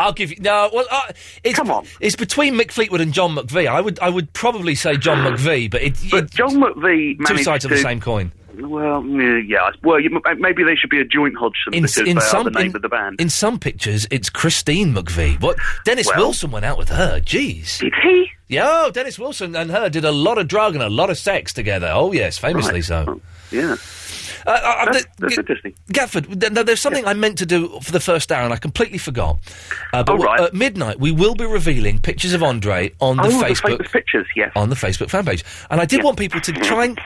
S6: I'll give you no. Well, uh, it's, come on. It's between Mick Fleetwood and John McVie. I would, I would probably say John McVie, but it,
S13: But John McVie
S6: two
S13: managed
S6: sides of the
S13: to-
S6: same coin.
S13: Well, mm, yeah. Well, you, m- maybe they should be a joint Hodgson
S6: In,
S13: because
S6: in
S13: they
S6: some
S13: are the name
S6: in,
S13: of the band.
S6: in some pictures, it's Christine McVie. What? Dennis
S13: Well-
S6: Wilson went out with her. Jeez.
S13: Did he?
S6: Yeah, oh, Dennis Wilson and her did a lot of drug and a lot of sex together. Oh yes, famously
S13: Oh.
S6: so.
S13: Yeah.
S6: Uh, uh,
S13: That's,
S6: the-
S13: that's
S6: G-
S13: interesting.
S6: Gafford, th- no, there's something I meant to do for the first hour and I completely forgot. Uh, but
S13: Oh, right.
S6: at midnight, we will be revealing pictures of Andre on the
S13: Oh, the
S6: Facebook
S13: famous pictures, yes.
S6: on the Facebook fan page. And I did want people to try and.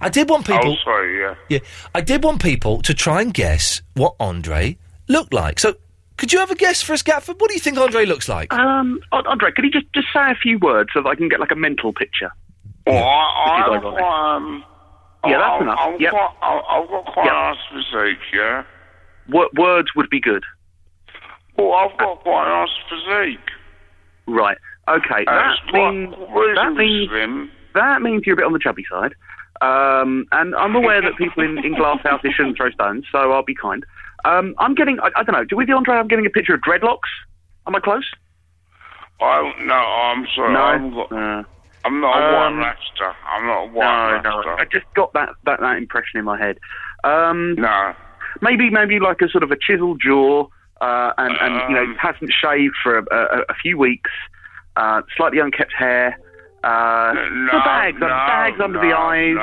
S6: I did want people.
S3: Oh, sorry, yeah.
S6: Yeah, I did want people to try and guess what Andre looked like. So, could you have a guess for us, Gatford? What do you think Andre looks like?
S13: Um, An- Andre, could you just, just say a few words so that I can get like a mental picture?
S3: Oh,
S13: Which is
S3: I, I've
S13: ironic.
S3: got, um,
S13: Yeah, that's
S3: I've,
S13: enough.
S3: I've
S13: Yep.
S3: got, I've, I've got quite
S13: Yep.
S3: a nice physique, yeah?
S13: Wo- words would be good.
S3: Oh, I've got quite a nice physique.
S13: Right. Okay.
S3: Uh,
S13: that,
S3: it's quite
S13: means, that
S3: reasonably
S13: means
S3: slim.
S13: that means you're a bit on the chubby side. Um, and I'm aware that people in, in glass houses shouldn't throw stones, so I'll be kind. Um, I'm getting, I, I don't know, do with you, Andre, I'm getting a picture of dreadlocks. Am I close?
S3: I don't know, I'm sorry.
S13: No. Uh,
S3: I'm, got, I'm not a
S13: Um,
S3: white raster. I'm not a white
S13: no,
S3: raster.
S13: no. I just got that, that, that impression in my head. Um,
S3: no.
S13: Maybe, maybe like a sort of a chiseled jaw, uh, and, and you
S3: Um.
S13: know, hasn't shaved for a, a, a few weeks, uh, slightly unkept hair, uh,
S3: No,
S13: the bags,
S3: no,
S13: bags under the
S3: no,
S13: eyes.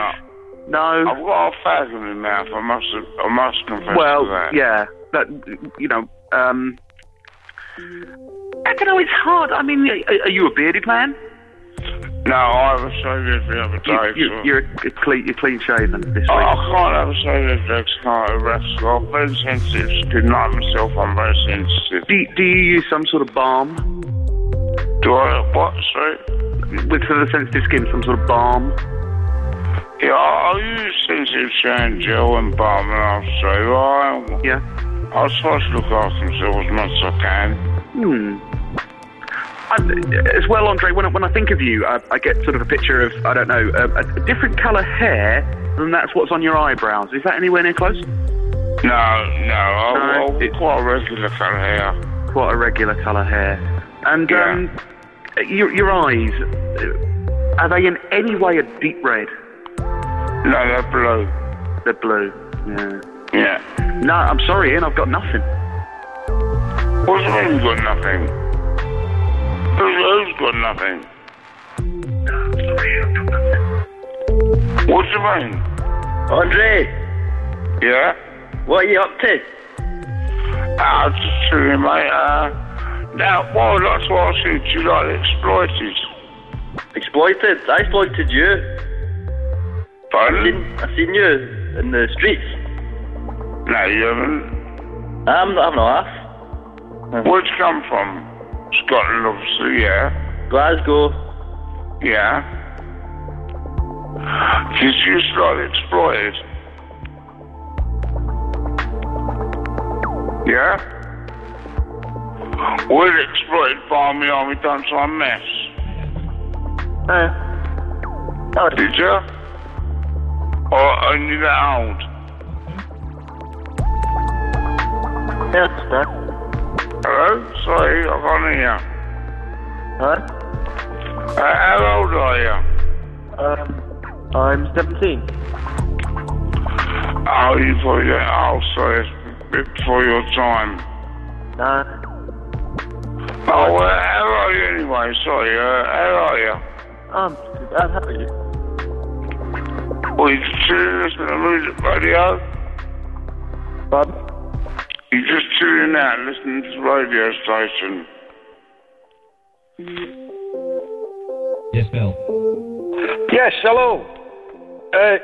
S13: No.
S3: I've got a fag in my mouth. I must, I must confess
S13: Well,
S3: to that.
S13: yeah, that you know. Um, I don't know. It's hard. I mean, are, are you a bearded man?
S3: No, I have a shave every other
S13: You,
S3: day.
S13: you,
S3: so-
S13: you're a clean, you're clean shaven this week.
S3: Oh, I can't have a shave every day. 'cause I can't arrest. I'm very sensitive. Good night myself. I'm very sensitive.
S13: Do, do you use some sort of balm?
S3: Do I what? Sorry.
S13: With for the sensitive skin, some sort of balm.
S14: Yeah, I use sensitive sand gel and balm and I'll say, well, I,
S13: yeah.
S14: I'll try to look after myself as much as I can.
S13: Hmm. I, uh, as well, Andre, when I, when I think of you, I, I get sort of a picture of, I don't know, a, a different colour hair than that's what's on your eyebrows. Is that anywhere near close?
S14: No, no, I, I quite a regular colour hair.
S13: Quite a regular colour hair. And um, your, your eyes, uh, are they in any way a deep red?
S14: No, they're blue.
S13: They're blue, yeah.
S14: Yeah.
S13: No, I'm sorry, Ian, I've got nothing.
S14: What's wrong? You've got nothing. Who- Who's got nothing? What's your name?
S15: Andre,
S14: Yeah?
S15: what are you up to?
S14: Ah, just chilling, mate. Uh, now, what I'd like to ask you, do you like exploited?
S15: Exploited? I exploited you. I
S14: Pardon?
S15: seen, I seen you in the streets.
S14: No, you haven't.
S15: I'm not having a laugh.
S14: Where'd you come from? Scotland, obviously, yeah. Glasgow. Yeah. Did you start exploited? Yeah? We're exploited by the army done some mess.
S15: Uh,
S14: Did you? Or only the old?
S15: yes, sir.
S14: Hello? Sorry, I can't hear.
S15: Huh?
S14: Uh, how old are you?
S15: Um, I'm 17.
S14: Oh, you probably don't. Oh, sorry, it's a bit before your time.
S15: Nah.
S14: Oh, well, how are you anyway? Sorry, uh, how are you?
S15: I'm, I'm happy.
S14: Well, you just chilling listening to music radio?
S15: Pardon?
S14: You just chilling out listening to the radio station.
S11: Yes, Bill. Yes, hello. Uh,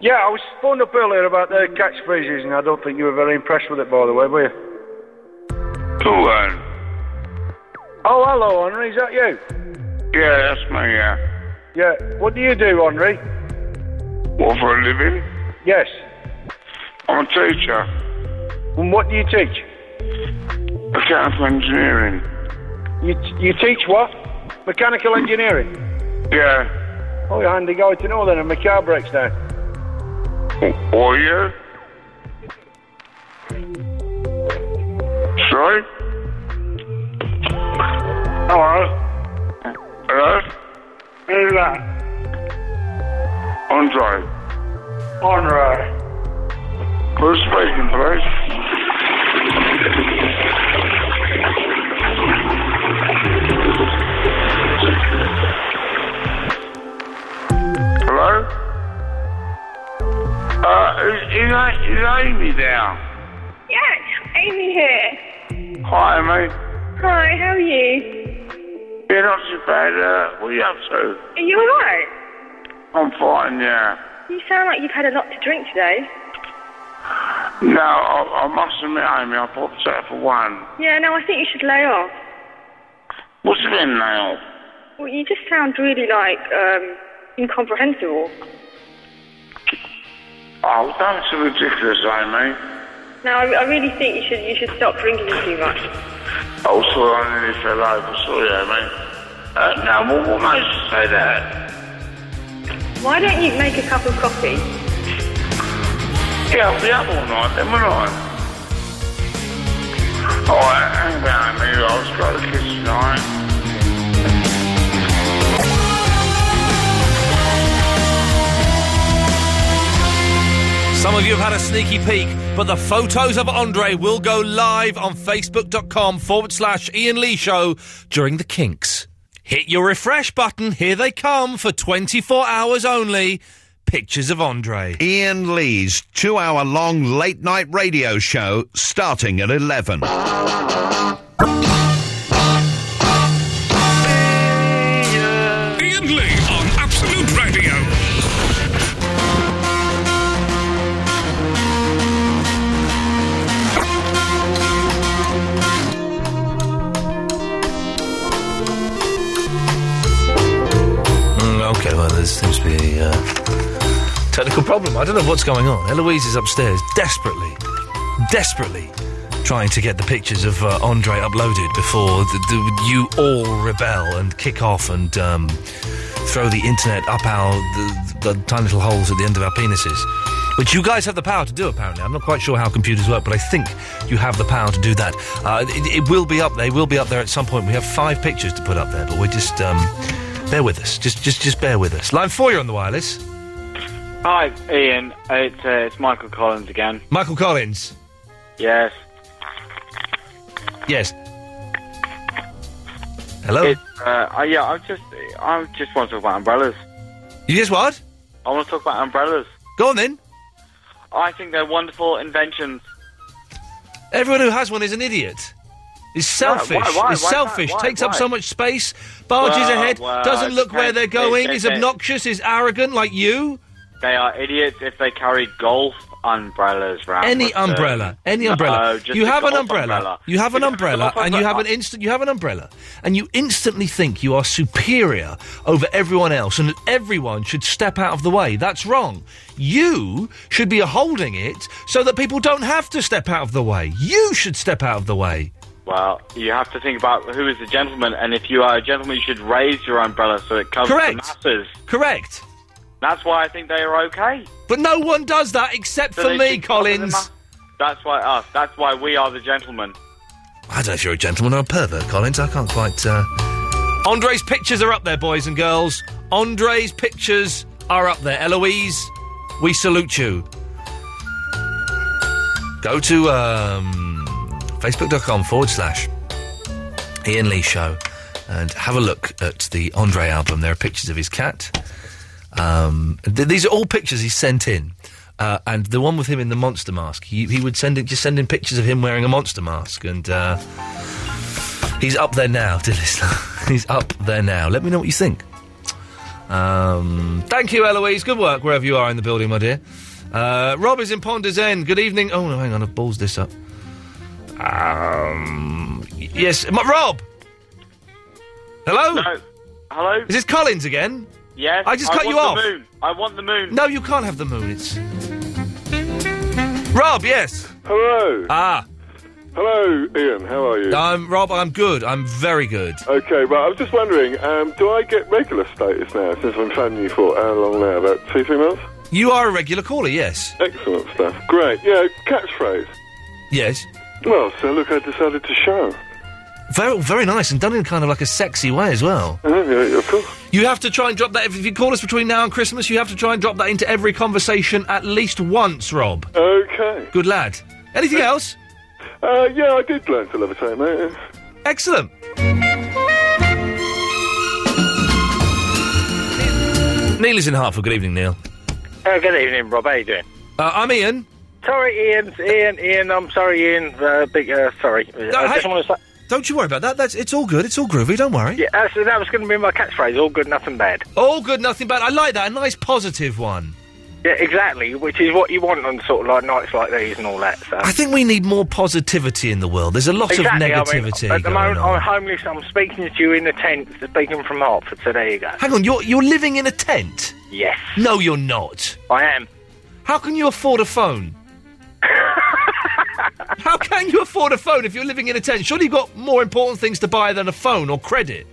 S11: yeah, I was phoned up earlier about the catchphrases, and I don't think you were very impressed with it, by the way, were you?
S14: Cool, man.
S11: Oh, hello, Henry. Is that you?
S14: Yeah, that's me, yeah.
S11: Yeah. What do you do, Henry?
S14: What, for a living?
S11: Yes.
S14: I'm a teacher.
S11: And what do you teach?
S14: Mechanical engineering.
S11: You you teach what? Mechanical engineering.
S14: Yeah.
S11: Oh, you're a handy guy to know then. And my car breaks down.
S14: Or you? Sorry?
S11: Hello.
S14: Hello?
S11: Who's that?
S14: Andre.
S11: Henry.
S14: Who's speaking, please? Hello? Uh, is, is, A- is Amy there?
S16: Yes, Amy here.
S14: Hi, Amy.
S16: Hi, how are you?
S14: Yeah, not too bad. Uh, what are you up to?
S16: Are you alright?
S14: I'm fine, yeah.
S16: You sound like you've had a lot to drink today.
S14: No, I, I must admit, Amy, I popped out for one.
S16: Yeah, no, I think you should lay off.
S14: What's it been now?
S16: Well, you just sound really like um, incomprehensible.
S14: Oh, that's ridiculous, Amy.
S16: No, I, I really think you should you should stop drinking too much.
S14: Oh, sorry, I nearly fell over. Sorry, Amy. Uh, now, what, what makes you say that?
S16: Why don't you make a cup of coffee?
S14: Yeah, I'll be up all night, then, won't I? Oh, hang about, Amy. I was got to kiss tonight.
S6: Some of you have had a sneaky peek, but the photos of Andre will go live on facebook.com forward slash Ian Lee Show during the kinks. Hit your refresh button. Here they come for 24 hours only. Pictures of Andre.
S17: Ian Lee's two hour long late night radio show starting at 11.
S12: Ian Lee on Absolute Radio.
S6: Mm, okay, well, there seems to be uh, Technical problem. I don't know what's going on. Eloise is upstairs, desperately, desperately trying to get the pictures of uh, Andre uploaded before the, the, you all rebel and kick off and um, throw the internet up our the, the tiny little holes at the end of our penises. Which you guys have the power to do, apparently. I'm not quite sure how computers work, but I think you have the power to do that. Uh, it, it will be up. They will be up there at some point. We have five pictures to put up there, but we're just um, bear with us. Just, just, just bear with us. Line four, you're on the wireless.
S10: Hi, Ian. It's, uh, it's Michael Collins again.
S6: Michael Collins.
S10: Yes.
S6: Yes. Hello.
S10: It's, uh, I- yeah, I just, I just want to talk about umbrellas.
S6: You just what?
S10: I want to talk about umbrellas.
S6: Go on then.
S10: I think they're wonderful inventions.
S6: Everyone who has one is an idiot. Is selfish.
S10: why- why-
S6: is
S10: why
S6: selfish.
S10: not? Why-
S6: Takes up
S10: why?
S6: so much space. Barges
S10: Well,
S6: ahead.
S10: well,
S6: doesn't look where
S10: depends-
S6: they're going.
S10: it
S6: Is
S10: depends.
S6: obnoxious. Is arrogant like you.
S10: They are idiots if they carry golf umbrellas round.
S6: Any
S10: with them.
S6: umbrella, any
S10: No,
S6: umbrella.
S10: just
S6: you
S10: a
S6: have an
S10: golf
S6: umbrella, You have an umbrella, and you have an instant. You have an umbrella, and you instantly think you are superior over everyone else, and that everyone should step out of the way. That's wrong. You should be holding it so that people don't have to step out of the way. You should step out of the way.
S10: Well, you have to think about who is a gentleman, and if you are a gentleman, you should raise your umbrella so it covers
S6: Correct.
S10: the masses.
S6: Correct.
S10: That's why I think they are okay.
S6: But no one does that except
S10: So
S6: for
S10: they
S6: me,
S10: should cover the
S6: Collins.
S10: ma- That's why us. That's why we are the gentlemen.
S6: I don't know if you're a gentleman or a pervert, Collins. I can't quite. Uh... Andre's pictures are up there, boys and girls. Andre's pictures are up there. Eloise, we salute you. Go to um, facebook.com forward slash Ian Lee Show and have a look at the Andre album. There are pictures of his cat. Um, th- these are all pictures he sent in. Uh, and the one with him in the monster mask, he, he would send in, just send in pictures of him wearing a monster mask. And uh, he's up there now, dear listener. he's up there now. Let me know what you think. Um, thank you, Eloise. Good work wherever you are in the building, my dear. Uh, Rob is in Ponders End. Good evening. Oh, no, hang on. I've balls this up. Um, y- yes, my, Rob. Hello?
S10: Hello?
S6: Is this Collins again?
S10: Yes.
S6: I just cut
S10: want
S6: you off.
S10: The moon. I want the moon.
S6: No, you can't have the moon. It's. Rob, yes.
S18: Hello.
S6: Ah.
S18: Hello, Ian. How are you?
S6: I'm Rob. I'm good. I'm very good.
S18: Okay, right. I was just wondering, um, do I get regular status now since I'm phoning you for how long now? About two, three months?
S6: You are a regular caller, yes.
S18: Excellent stuff. Great. Yeah, catchphrase.
S6: Yes.
S18: Well, so look, I decided to show.
S6: Very, very nice and done in kind of like a sexy way as well.
S18: Oh, yeah, of course.
S6: You have to try and drop that. If if you call us between now and Christmas, you have to try and drop that into every conversation at least once, Rob.
S18: Okay.
S6: Good lad. Anything else?
S18: Uh, yeah, I did learn to levitate, mate.
S6: Excellent. Neil is in Hartford. Good evening, Neil.
S19: Oh, good evening, Rob. How you doing?
S6: Uh, I'm Ian.
S19: Sorry, Ian. Ian. Ian. I'm sorry, Ian. Uh, big. Uh, sorry. I just want to say.
S6: Don't you worry about that. That's it's all good. It's all groovy. Don't worry.
S19: Yeah, actually, that was going to be my catchphrase. All good, nothing bad.
S6: All good, nothing bad. I like that. A nice positive one.
S19: Yeah, exactly. Which is what you want on sort of like nights like these and all that. So.
S6: I think we need more positivity in the world. There's a lot
S19: exactly.
S6: of
S19: I
S6: negativity
S19: mean, at the
S6: going
S19: moment,
S6: on.
S19: I'm homeless. I'm speaking to you in a tent. Speaking from Hartford. So there you go.
S6: Hang on, you're you're living in a tent?
S19: Yes.
S6: No, you're not.
S19: I am.
S6: How can you afford a phone? How can you afford a phone if you're living in a tent? Surely you've got more important things to buy than a phone or credit.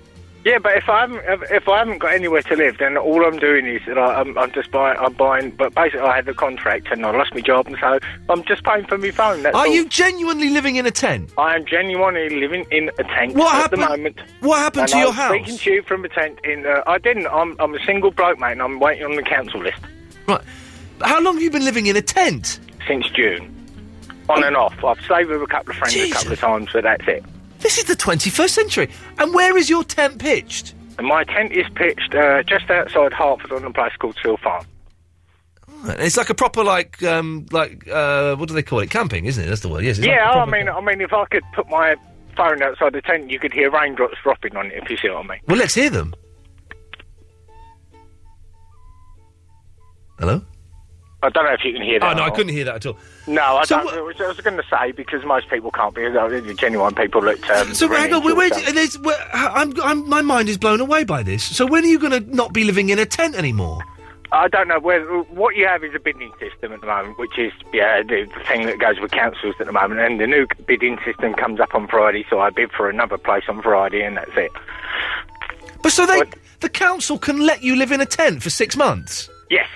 S19: Yeah, but if I haven't if- if I haven't got anywhere to live, then all I'm doing is that I, I'm, I'm just buying. I'm buying. But basically, I had the contract and I lost my job, and so I'm just paying for my phone. That's
S6: Are
S19: all.
S6: you genuinely living in a tent?
S19: I am genuinely living in a tent
S6: What
S19: at
S6: happened-
S19: the moment.
S6: what happened
S19: And
S6: to
S19: I
S6: your
S19: was
S6: house?
S19: Speaking to you from a tent in. Uh, I didn't. I'm, I'm a single bloke, mate, and I'm waiting on the council list
S6: Right. How long have you been living in a tent?
S19: since June. On and off. I've stayed with a couple of friends a couple of times, but that's it.
S6: This is the 21st century. And where is your tent pitched?
S19: And my tent is pitched uh, just outside Hartford on a place called Seal Farm.
S6: Right, It's like a proper like um like uh what do they call it? Camping, isn't it? That's the word. Yes. it's like
S19: yeah,
S6: a
S19: I
S6: proper-
S19: mean, I mean, if I could put my phone outside the tent, you could hear raindrops dropping on it. If you see what I mean.
S6: Well, let's hear them. Hello.
S19: I don't know if you can hear that.
S6: Oh no,
S19: or
S6: I
S19: not.
S6: couldn't hear that at all.
S19: No, I
S6: So
S19: don't. I was, I was going to say because most people can't be uh, the genuine people that. Um,
S6: So
S19: ring
S6: hang on,
S19: into
S6: where, where,
S19: stuff.
S6: there's, where, I'm, I'm, my mind is blown away by this. So when are you going to not be living in a tent anymore?
S19: I don't know whether what you have is a bidding system at the moment, which is yeah the the thing that goes with councils at the moment. And the new bidding system comes up on Friday, so I bid for another place on Friday, and that's it.
S6: But so they, the council can let you live in a tent for six months.
S19: Yes.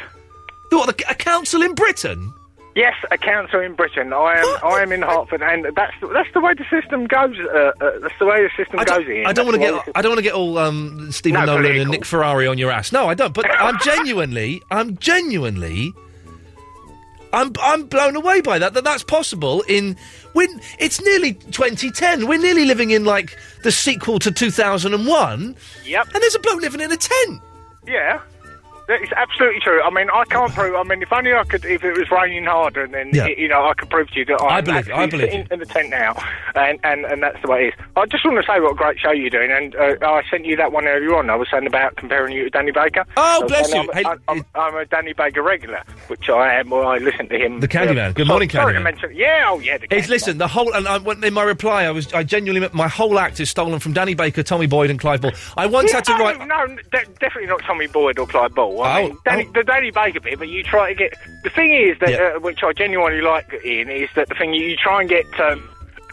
S6: What, the, a council in Britain?
S19: Yes, a council in Britain. I am I am in Hartford, and that's that's the way the system goes. Uh, uh, that's the way the system goes. Ian.
S6: I don't want to
S19: That's the way
S6: get I don't want to get all um, Stephen
S19: No,
S6: Nolan and
S19: political.
S6: Nick Ferrari on your ass. No, I don't. But I'm genuinely, I'm genuinely, I'm I'm blown away by that. That that's possible in when it's nearly 2010. We're nearly living in like the sequel to 2001.
S19: Yep.
S6: And there's a bloke living in a tent.
S19: Yeah. That is absolutely true. I mean, I can't prove. I mean, if only I could. If it was raining harder, and then
S6: Oh. Yeah.
S19: y- you know, I could prove to you that I'm
S6: I believe you, I
S19: actually
S6: believe
S19: sitting in the tent now, and, and and that's the way it is. I just want to say what a great show you're doing, and uh, I sent you that one earlier on. I was saying about comparing you to Danny Baker.
S6: Oh,
S19: I was
S6: bless
S19: saying
S6: you.
S19: I'm, I'm, I'm a Danny Baker regular, which I am. Well, I listen to him.
S6: The Candyman. Good morning,
S19: sorry, Sorry
S6: Candyman.
S19: to mention. Yeah. Oh, yeah. The
S6: It's listen the whole and I, when- in my reply I was I genuinely my whole act is stolen from Danny Baker, Tommy Boyd, and Clive Ball. I once had to
S19: no,
S6: write
S19: No, de- definitely not Tommy Boyd or Clyde Ball. I
S6: Oh,
S19: mean, Danny, the Danny Baker bit, but you try to get. The thing is that,
S6: Yeah.
S19: uh, which I genuinely like, Ian, is that the thing you, you try and get, um,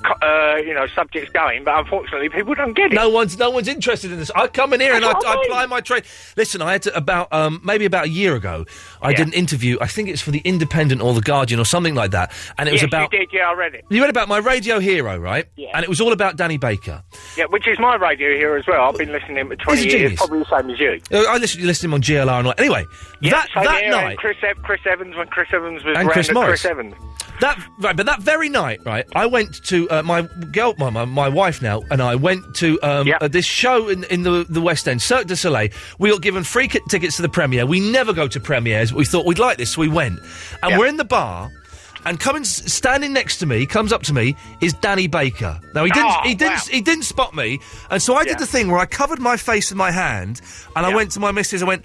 S19: co- uh, you know, subjects going, but unfortunately people don't get it.
S6: No one's no one's interested in this. I come in here and I,
S19: That's what I
S6: I
S19: mean.
S6: ply my trade. Listen, I had to about um, maybe about a year ago. I did an interview. I think it's for the Independent or the Guardian or something like that. And it was
S19: yes,
S6: about
S19: You did, yeah, I read it.
S6: you read about my radio hero, right? Yeah. And it was all about Danny Baker.
S19: Yeah, which is my radio here as well. I've been listening for 20
S6: He's a
S19: years,
S6: genius.
S19: probably the same as you.
S6: Uh, I listened, listened to him on GLR and all. Anyway, that
S19: same
S6: that
S19: here, and
S6: night.
S19: Chris, Ev- Chris Evans, when Chris Evans was
S6: And
S19: round
S6: Chris
S19: at
S6: Morris.
S19: Chris Evans.
S6: That right, but that very night, right? I went to uh, my girl, my, my my wife now, and I went to um, uh, this show in, in the the West End, Cirque du Soleil. We got given free ki- tickets to the premiere. We never go to premieres, but we thought we'd like this, so we went. And we're in the bar, and coming s- standing next to me, comes up to me, is Danny Baker. Now he didn't
S4: Oh,
S6: he didn't
S4: wow.
S6: he didn't spot me, and so I did
S4: Yeah.
S6: the thing where I covered my face with my hand, and I went to my missus, I went.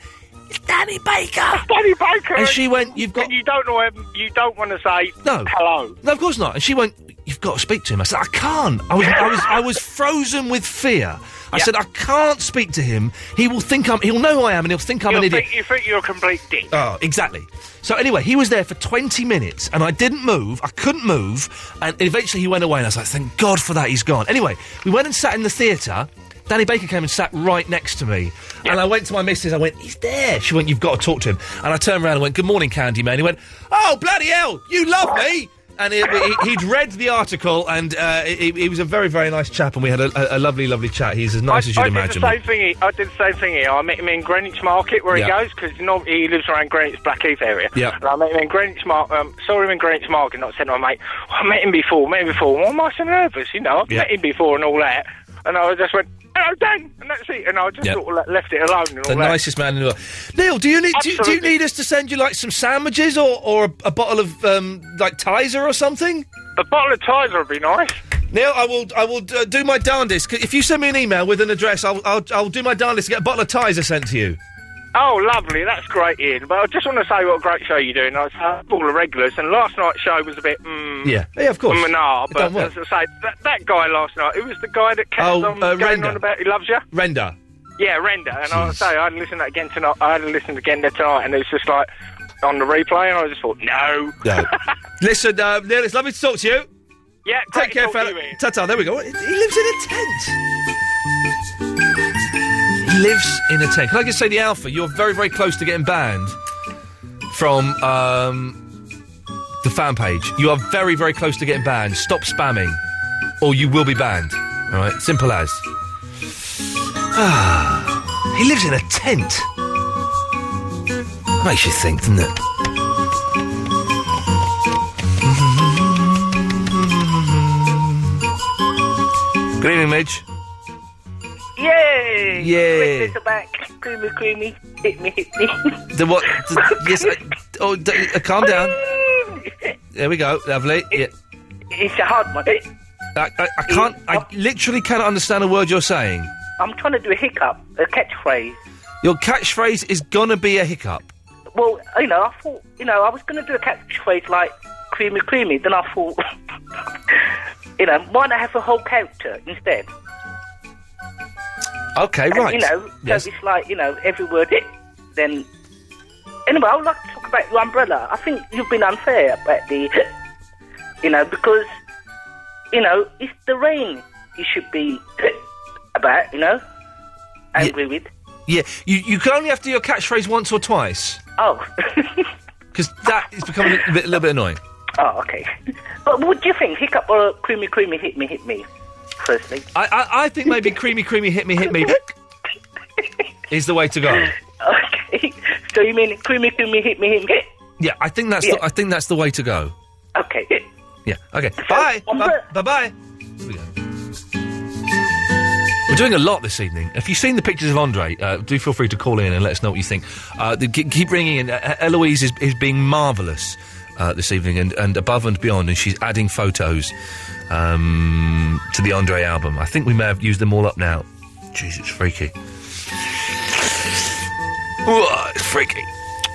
S6: It's Danny Baker.
S19: Danny Baker.
S6: And she went, "You've got."
S19: And you don't know him. You don't want to say
S6: No.
S19: hello.
S6: No, of course not. And she went, You've got to speak to him. I said, I can't. I was, I was, I was frozen with fear. I said, I can't speak to him. He will think I'm, he'll know who I am and he'll think I'm
S19: you
S6: an idiot.
S19: think, you think you're a complete dick.
S6: Oh, exactly. So anyway, he was there for 20 minutes and I didn't move. I couldn't move. And eventually he went away and I was like, thank God for that, he's gone. Anyway, we went and sat in the theatre. Danny Baker came and sat right next to me. And I went to my missus, I went, he's there. She went, you've got to talk to him. And I turned around and went, good morning, Candyman. He went, oh, bloody hell, you love me. And he, he, would read the article and uh, he, he was a very, very nice chap and we had a, a, a lovely, lovely chat. He's as nice as you'd
S19: I
S6: imagine.
S19: Did the same thing here. I did the same thing here. I met him in Greenwich Market where
S6: Yeah.
S19: he goes because he lives around Greenwich Blackheath area.
S6: Yeah.
S19: And I met him in Greenwich Market. Um, saw him in Greenwich Market. And I said to my mate, "Oh, I met him before. Met him before. Why am I so nervous? You know, I've
S6: Yeah.
S19: met him before and all that. And I just went, hello, Dan, and that's it. And I just
S6: Yeah.
S19: sort of le- left it alone and all
S6: The
S19: that.
S6: nicest man in the world. Neil, do you need do, you- do you
S19: Absolutely.
S6: need us to send you like some sandwiches or, or a, a bottle of um, like Tizer or something?
S19: A bottle of Tizer would be nice.
S6: Neil, I will I will uh, do my darndest. C- If you send me an email with an address, I'll I'll, I'll do my darndest to get a bottle of Tizer sent to you.
S19: Oh, lovely. That's great, Ian. But I just want to say what a great show you're doing. I was uh, all the regulars, and last night's show was a bit. Mm,
S6: Yeah. Yeah, of course.
S19: Mm, nah,
S6: It
S19: but
S6: don't work.
S19: as I say, that, that guy last night, it was the guy that kept
S6: Oh,
S19: on
S6: uh,
S19: going
S6: Renda.
S19: on about he loves you.
S6: Render.
S19: Yeah, Render. And I'll
S6: Jeez.
S19: say, I hadn't listened to that again tonight. I hadn't listened again there tonight, and it was just like on the replay, and I just thought, no.
S6: No. Listen, uh, Neil, it's lovely to talk to you.
S19: Yeah,
S6: Take care,
S19: talk to
S6: fella.
S19: you, Ian.
S6: Ta ta. There we go. He lives in a tent. He lives in a tent. Can I just say, the Alpha, you're very, very close to getting banned from um, the fan page. You are very, very close to getting banned. Stop spamming, or you will be banned. All right, simple as. Ah, he lives in a tent. Makes you think, doesn't it? Good evening, Midge.
S20: Yay!
S6: Yay.
S20: Christmas are back. Creamy, creamy. Hit me, hit me.
S6: The what? the- yes. I, oh, d- uh, calm down. There we go. Lovely. Yeah.
S20: It's a hard one. Eh,
S6: I, I, I can't. I literally cannot understand a word you're saying.
S20: I'm trying to do a hiccup, a catchphrase.
S6: Your catchphrase is gonna be a hiccup.
S20: Well, you know, I thought, you know, I was going to do a catchphrase like creamy, creamy. Then I thought, you know, why not have a whole character instead?
S6: Okay,
S20: And,
S6: right.
S20: You know,
S6: yes.
S20: so it's like, you know, every word, eh, then Anyway, I would like to talk about your umbrella. I think you've been unfair about the, you know, because, you know, it's the rain you should be about, you know, angry with.
S6: Yeah, you, you can only have to do your catchphrase once or twice.
S20: Oh.
S6: Because that is becoming a bit, little bit annoying.
S20: Oh, okay. But what do you think? Hiccup or creamy, creamy, hit me, hit me? Firstly.
S6: I, I, I think maybe creamy, creamy, hit me, hit me is the way to go.
S20: Okay. So you mean creamy, creamy, hit me, hit me?
S6: Yeah, I think that's The,
S20: Yeah.
S6: I think that's the way to go.
S20: Okay.
S6: Yeah. Okay. Bye. Bye. Bye. We're doing a lot this evening. If you've seen the pictures of Andre, uh, do feel free to call in and let us know what you think. Uh, the, ke- keep ringing in. Uh, Eloise is, is being marvellous uh, this evening and, and above and beyond, and she's adding photos um, to the Andre album. I think we may have used them all up now. Jeez, it's freaky. Whoa, it's freaky.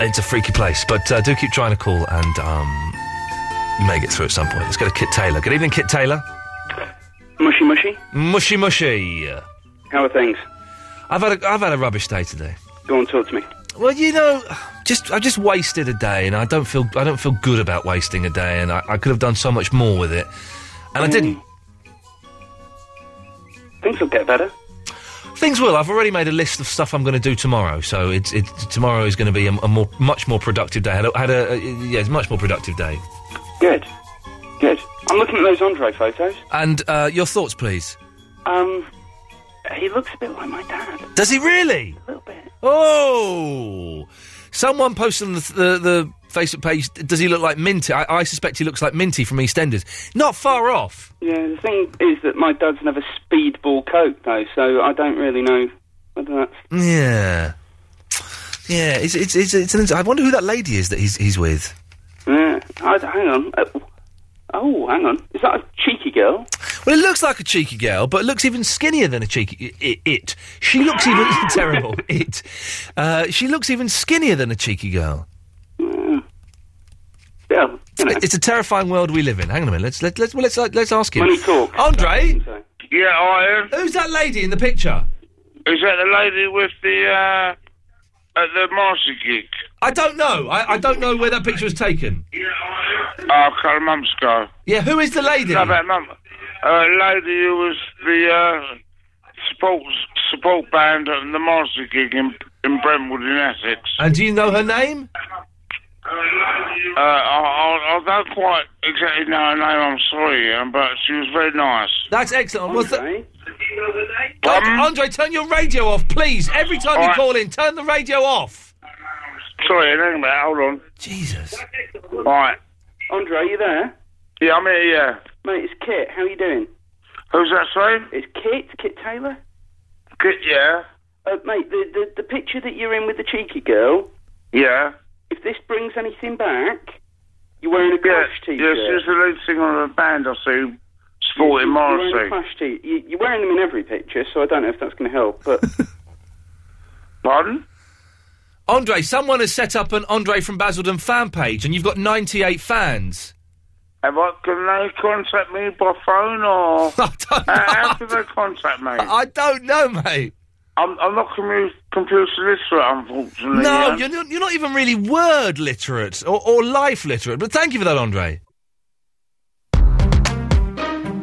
S6: It's a freaky place, but uh, do keep trying to call and um, you may get through at some point. Let's go to Kit Taylor. Good evening, Kit Taylor.
S21: Mushy mushy.
S6: Mushy mushy.
S21: How are things?
S6: I've had a, I've had a rubbish day today.
S21: Go on, talk to me.
S6: Well, you know, just I just wasted a day, and I don't feel I don't feel good about wasting a day, and I, I could have done so much more with it, and I didn't.
S21: Mm. Things will get better.
S6: Things will. I've already made a list of stuff I'm going to do tomorrow, so it's, it's tomorrow is going to be a, a more much more productive day. I had a, had a, a yeah, it's a much more productive day.
S21: Good. Good. I'm looking at those Andre photos.
S6: And uh, your thoughts, please.
S21: Um, he looks a bit like my dad.
S6: Does he really? A little bit. Oh, someone posted on the, the, the Facebook page. Does he look like Minty? I, I suspect he looks like Minty from EastEnders. Not far off.
S21: Yeah, the thing is that my dad's never speedball coat though, so I don't really know whether that's.
S6: Yeah, yeah. It's it's it's, it's an, I wonder who that lady is that he's he's with.
S21: Yeah, I, hang on. Uh, Oh, hang on. Is that a cheeky girl?
S6: Well, it looks like a cheeky girl, but it looks even skinnier than a cheeky i- i- it. She looks even terrible. It. Uh, she looks even skinnier than a cheeky girl.
S21: Yeah,
S6: it's, a terrifying world we live in. Hang on a minute. Let's let, let's well, let's let's ask him.
S21: Money talk.
S6: Andre,
S21: Yeah, I
S6: am. Who's that lady in the picture?
S14: Is that the lady with the uh, at the Marcy gig?
S6: I don't know. I, I don't know where that picture was taken.
S14: Oh, a couple of months ago.
S6: Yeah, who is the lady?
S14: No, about a month. A lady who was the uh, support support band at the Marcy gig in in Brentwood in Essex.
S6: And do you know her name?
S14: Uh, I, I, I don't quite exactly know her name. I'm sorry, um, but she was very nice. Um,
S6: That's excellent. What's the... Andre, Andre, turn your radio off, please. Every time you
S14: Alright.
S6: call in, turn the radio off.
S14: Sorry, hang on, a minute, hold on.
S6: Jesus.
S14: All right.
S21: Andre, are you there?
S14: Yeah, I'm here. Yeah.
S21: Mate, it's Kit. How you doing?
S14: Who's that saying?
S21: It's Kit. Kit Taylor.
S14: Kit, yeah.
S21: Uh, mate, the, the the picture that you're in with the cheeky girl.
S14: Yeah.
S21: If this brings anything back, you're wearing a crash
S14: yeah,
S21: t-shirt.
S14: Yeah, she was the lead singer of a band I see, Sporting
S21: You're wearing a
S14: Morrissey.
S21: crash t. You, you're wearing them in every picture, so I don't know if that's going to help. But
S14: Pardon?
S6: Andre, someone has set up an Andre from Basildon fan page, and you've got 98 fans.
S14: Have I, can they contact me by phone or?
S6: I don't know.
S14: How, how do they contact me? I
S6: don't know, mate.
S14: I'm, I'm not commu- computer literate,
S21: Oh,
S14: unfortunately.
S6: no,
S14: yeah.
S6: you're, not, you're not even really word literate or, or life literate, but thank you for that, Andre.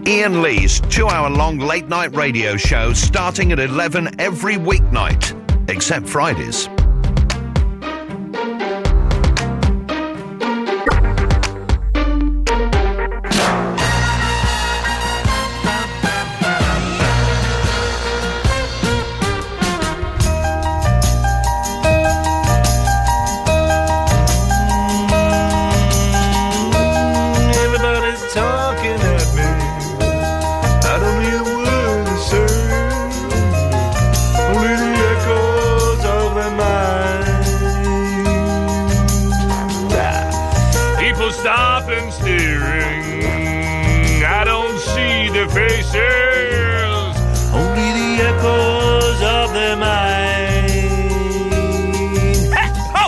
S17: Ian Lee's two hour long late night radio show starting at 11 every weeknight, except Fridays.
S4: Everybody's talking at me. I don't hear a word they say. Only the echoes of their mind. Ah. People stop and staring. I don't see their faces. Only the echoes of their mind. Ho!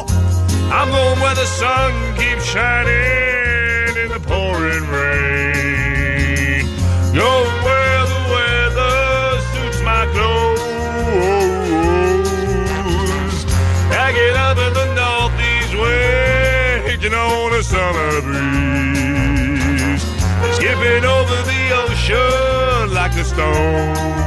S4: I'm going where the sun keeps shining in the pouring rain. Going where the weather suits my clothes. I get up in the northeast
S5: at the store.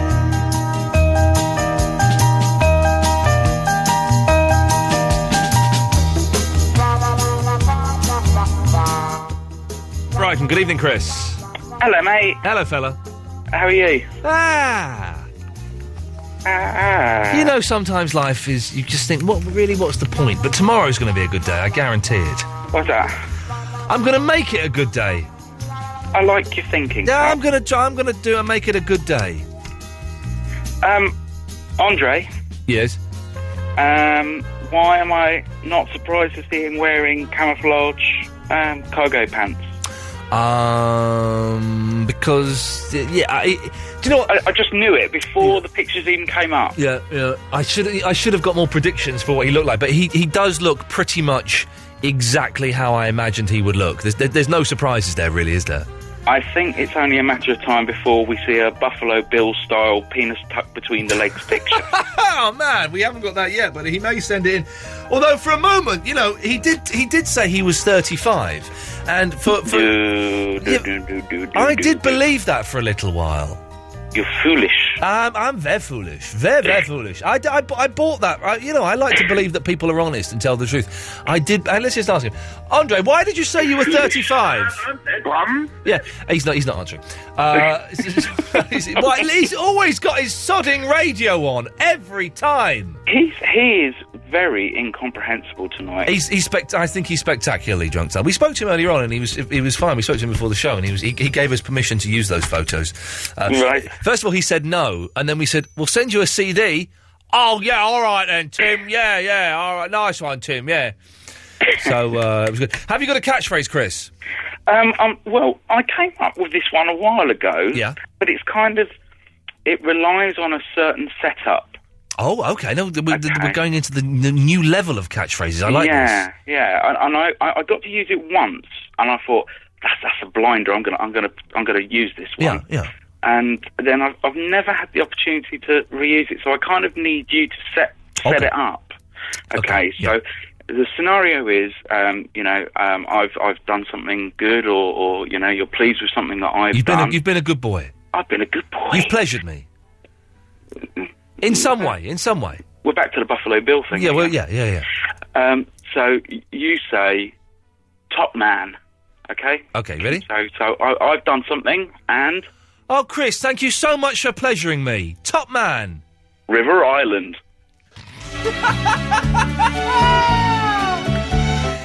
S6: Brighton, good evening, Chris.
S22: Hello, mate.
S6: Hello, fella.
S22: How are you?
S6: Ah.
S22: Ah.
S6: You know, sometimes life is, you just think, what really, what's the point? But tomorrow's going to be a good day, I guarantee it.
S22: What's that?
S6: I'm going to make it a good day.
S22: I like your thinking.
S6: Yeah, I'm going to try, I'm going to do and make it a good day.
S22: Um, Andre,
S6: Yes.
S22: um, why am I not surprised to see him wearing camouflage um, cargo pants?
S6: Um, because, yeah, I, do you know what?
S22: I, I just knew it before the pictures even came up.
S6: Yeah, yeah. I should I should have got more predictions for what he looked like, but he, he does look pretty much exactly how I imagined he would look. There's there, there's no surprises there, really, is there?
S22: I think it's only a matter of time before we see a Buffalo Bill style penis tucked between the legs picture.
S6: oh man, we haven't got that yet, but he may send it in. Although for a moment, you know, he did he did say he was 35, and for, for Yeah, I did believe that for a little while.
S22: You're foolish.
S6: Um, I'm very foolish. Very, very foolish. I, d- I b- I bought that. I, you know, I like to believe that people are honest and tell the truth. I did. And let's just ask him, Andre, why did you say you were 35? Yeah, he's not. He's not answering. Uh, he's, why- he's always got his sodding radio on every time.
S22: He's he is very incomprehensible tonight.
S6: He's, he's spect- I think he's spectacularly drunk. Tom. We spoke to him earlier on, and he was he was fine. We spoke to him before the show, and he was he, he gave us permission to use those photos. Uh,
S22: Right.
S6: First of all, he said no, and then we said we'll send you a CD. Oh yeah, all right then, Tim. Yeah, yeah, all right, nice one, Tim. Yeah. so uh, it was good. Have you got a catchphrase, Chris?
S22: Um, um, well, I came up with this one a while ago. Yeah. But it's kind of it relies on a certain setup.
S6: Oh, okay. No, th- we're, th- we're going into the, the new level of catchphrases. I like
S22: yeah,
S6: this.
S22: Yeah, and, and I, I I got to use it once, and I thought that's that's a blinder. I'm gonna I'm gonna I'm gonna use this one.
S6: Yeah, yeah.
S22: And then I've I've never had the opportunity to reuse it, so I kind of need you to set set it up. Okay, so. The scenario is, um, you know, um, I've I've done something good, or, or you know, you're pleased with something that I've
S6: You've been
S22: done.
S6: a, you've been a good boy.
S22: I've been a good boy.
S6: You've pleasured me. In some way. In some way.
S22: We're back to the Buffalo Bill thing.
S6: Yeah. Well. Yeah. Yeah. Yeah.
S22: Um, so y- you say, top man, okay?
S6: Okay. Ready?
S22: So, so I, I've done something, and
S6: Oh, Chris, thank you so much for pleasuring me. Top man.
S22: River Island.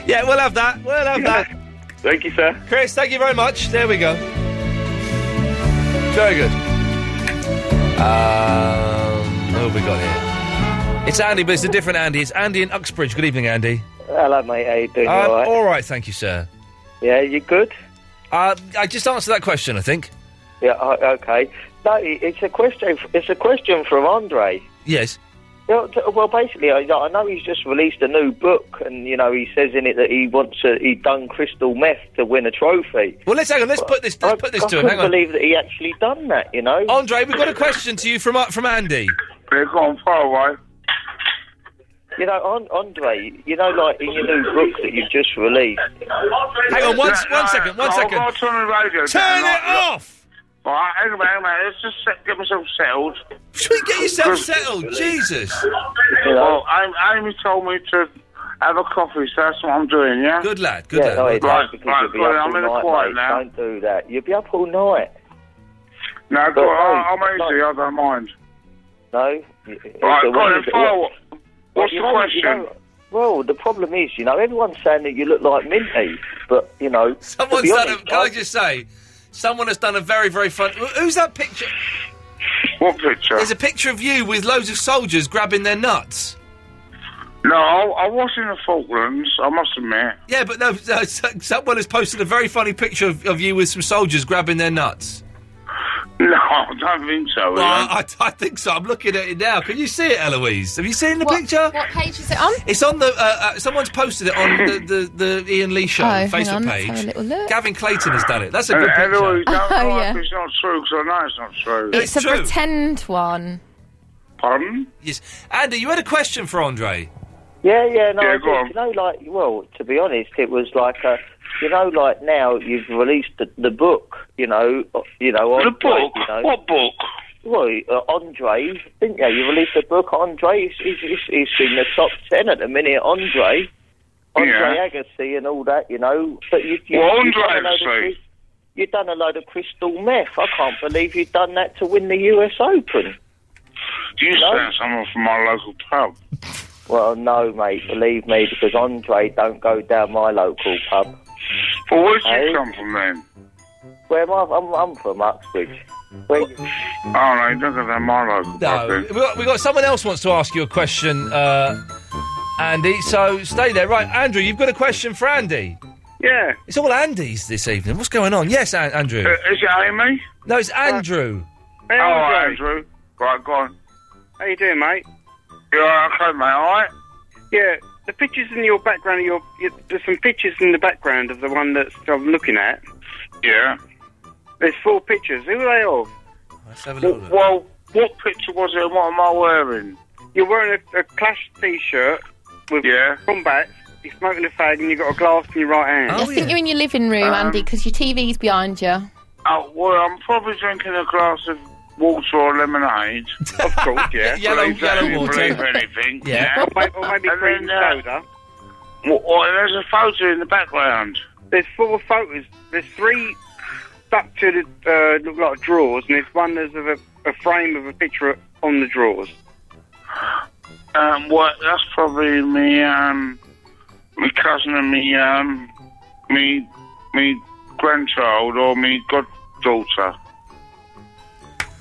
S6: Yeah, we'll have that. We'll have that.
S22: Thank you, sir.
S6: Chris, thank you very much. There we go. Very good. Um, who have we got here? It's Andy, but it's a different Andy. It's Andy in Uxbridge. Good evening, Andy.
S23: Hello, mate. How you doing?
S6: I'm
S23: all right?
S6: Uh, all right, thank you, sir.
S23: Yeah, you good?
S6: Uh, I just answered that question, I think.
S23: Yeah. o- Uh, Okay. No, i- it's a question. f- It's a question from Andre.
S6: Yes.
S23: You know, t- Well, basically, I I know he's just released a new book, and you know he says in it that he wants to, he done crystal meth to win a trophy.
S6: Well, let's hang on. Let's put this. Let's put this
S23: I
S6: to him.
S23: couldn't
S6: Hang on.
S23: believe that he actually done that. You know,
S6: Andre, we've got a question to you from uh, from Andy.
S23: They're gone far away. You know, on, Andre, you know, like in your new book that you've just released.
S6: Hang on, one, s- one second, one second.
S23: I'll turn the radio
S6: Turn it off!
S23: All right, hang on, hang on. Let's just get myself settled.
S6: Get yourself settled, Jesus.
S23: Well, I, Amy told me to have a coffee, so that's what I'm doing, yeah?
S6: Good lad, good
S23: yeah,
S6: lad.
S23: No, it
S6: Right,
S23: does, because
S6: right,
S23: you'll be
S6: go on,
S23: up
S6: I'm
S23: all
S6: in the
S23: night,
S6: quiet
S23: mate.
S6: now.
S23: Don't do that. You'll be up all night. No, go on, I'm easy, I don't mind. No? It's Right, the go on way then, that- fire what- What's you the know- question? you know- well, the problem is, you know, everyone's saying that you look like Minty, but, you know... to
S6: Someone's
S23: be
S6: done. A,
S23: honest,
S6: can I just say, someone has done a very, very fun. wh- Who's that picture?
S23: What picture?
S6: There's a picture of you with loads of soldiers grabbing their nuts.
S23: No, I, I was in the Falklands, I must admit.
S6: Yeah, but no. no s- someone has posted a very funny picture of, of you with some soldiers grabbing their nuts.
S23: No, I don't think so.
S6: Well, I, I, I think so. I'm looking at it now. Can you see it, Eloise? Have you seen the picture?
S7: What page is it on?
S6: It's on the. Uh, uh, someone's posted it on the, the, the Ian Lee Show
S7: Oh, hang
S6: Facebook
S7: on, let's
S6: page.
S7: have a little look.
S6: Gavin Clayton has done it. That's a good
S23: Uh,
S6: picture.
S23: Eloise,
S7: don't Oh, lie if yeah.
S23: It's not true, because I know it's not true.
S7: It's, a pretend one.
S23: Pardon?
S6: Yes, Andy, you had a question for Andre.
S23: Yeah, yeah, no,
S6: Yeah,
S23: I
S6: go
S23: did. You know, like, well, to be honest, it was like, uh, you know, like now you've released the, the book, you know, uh, you know,
S14: The
S23: Andre,
S14: book?
S23: You know.
S14: What book?
S23: Well, uh, Andre, didn't you? You released the book, Andre. He's, he's, he's, he's in the top ten at the minute, Andre. Andre Agassi and all that, you know. But you, you,
S14: Well,
S23: you've done a
S14: Andre
S23: load of
S14: Agassi.
S23: cry- You've done a load of crystal meth. I can't believe you've done that to win the US Open.
S14: You sent someone from my local pub.
S23: Well, no, mate. Believe me, because Andre don't go down my local pub.
S14: Well, where'd you
S23: Hey?
S14: come from then?
S23: Where am I? I'm, I'm from Uxbridge. Where you...
S14: Oh, no, it doesn't have my local
S6: No,
S14: pub
S6: we
S14: then.
S6: got, we got someone else wants to ask you a question, uh, Andy. So stay there, right, Andrew? You've got a question for Andy.
S14: Yeah.
S6: It's all Andy's this evening. What's going on? Yes, An- Andrew.
S14: Uh, is it Amy?
S6: No, it's Andrew.
S14: Oh, Andrew. Right, go on.
S1: How you doing, mate?
S14: You all right, okay, mate, all right?
S1: Yeah, the pictures in your background. Of your y- there's some pictures in the background of the one that I'm looking at.
S14: Yeah.
S1: There's four pictures. Who are they of?
S6: Let's have a
S14: Well, well, what picture was it and what am I wearing?
S1: You're wearing a, a Clash T-shirt with
S14: yeah.
S1: combat. You're smoking a fag and you've got a glass in your right hand.
S23: Oh,
S7: I think you're in your living room,
S1: Um,
S7: Andy, because your TV's behind you.
S14: Oh, well, I'm probably drinking a glass of water or lemonade. Of course, yeah.
S1: Yellow-
S14: believe that,
S1: yellow
S14: you
S1: water.
S14: Believe anything.
S1: Or, may- or maybe
S14: And
S1: cream
S14: then, uh,
S1: soda.
S14: Well, oh, there's a photo in the background.
S1: There's four photos. There's three stuck to the uh, look like drawers, and there's one that's of a, a frame of a picture on the drawers.
S14: Um, what? That's probably me, um, me cousin and me, um, me, me grandchild or me goddaughter.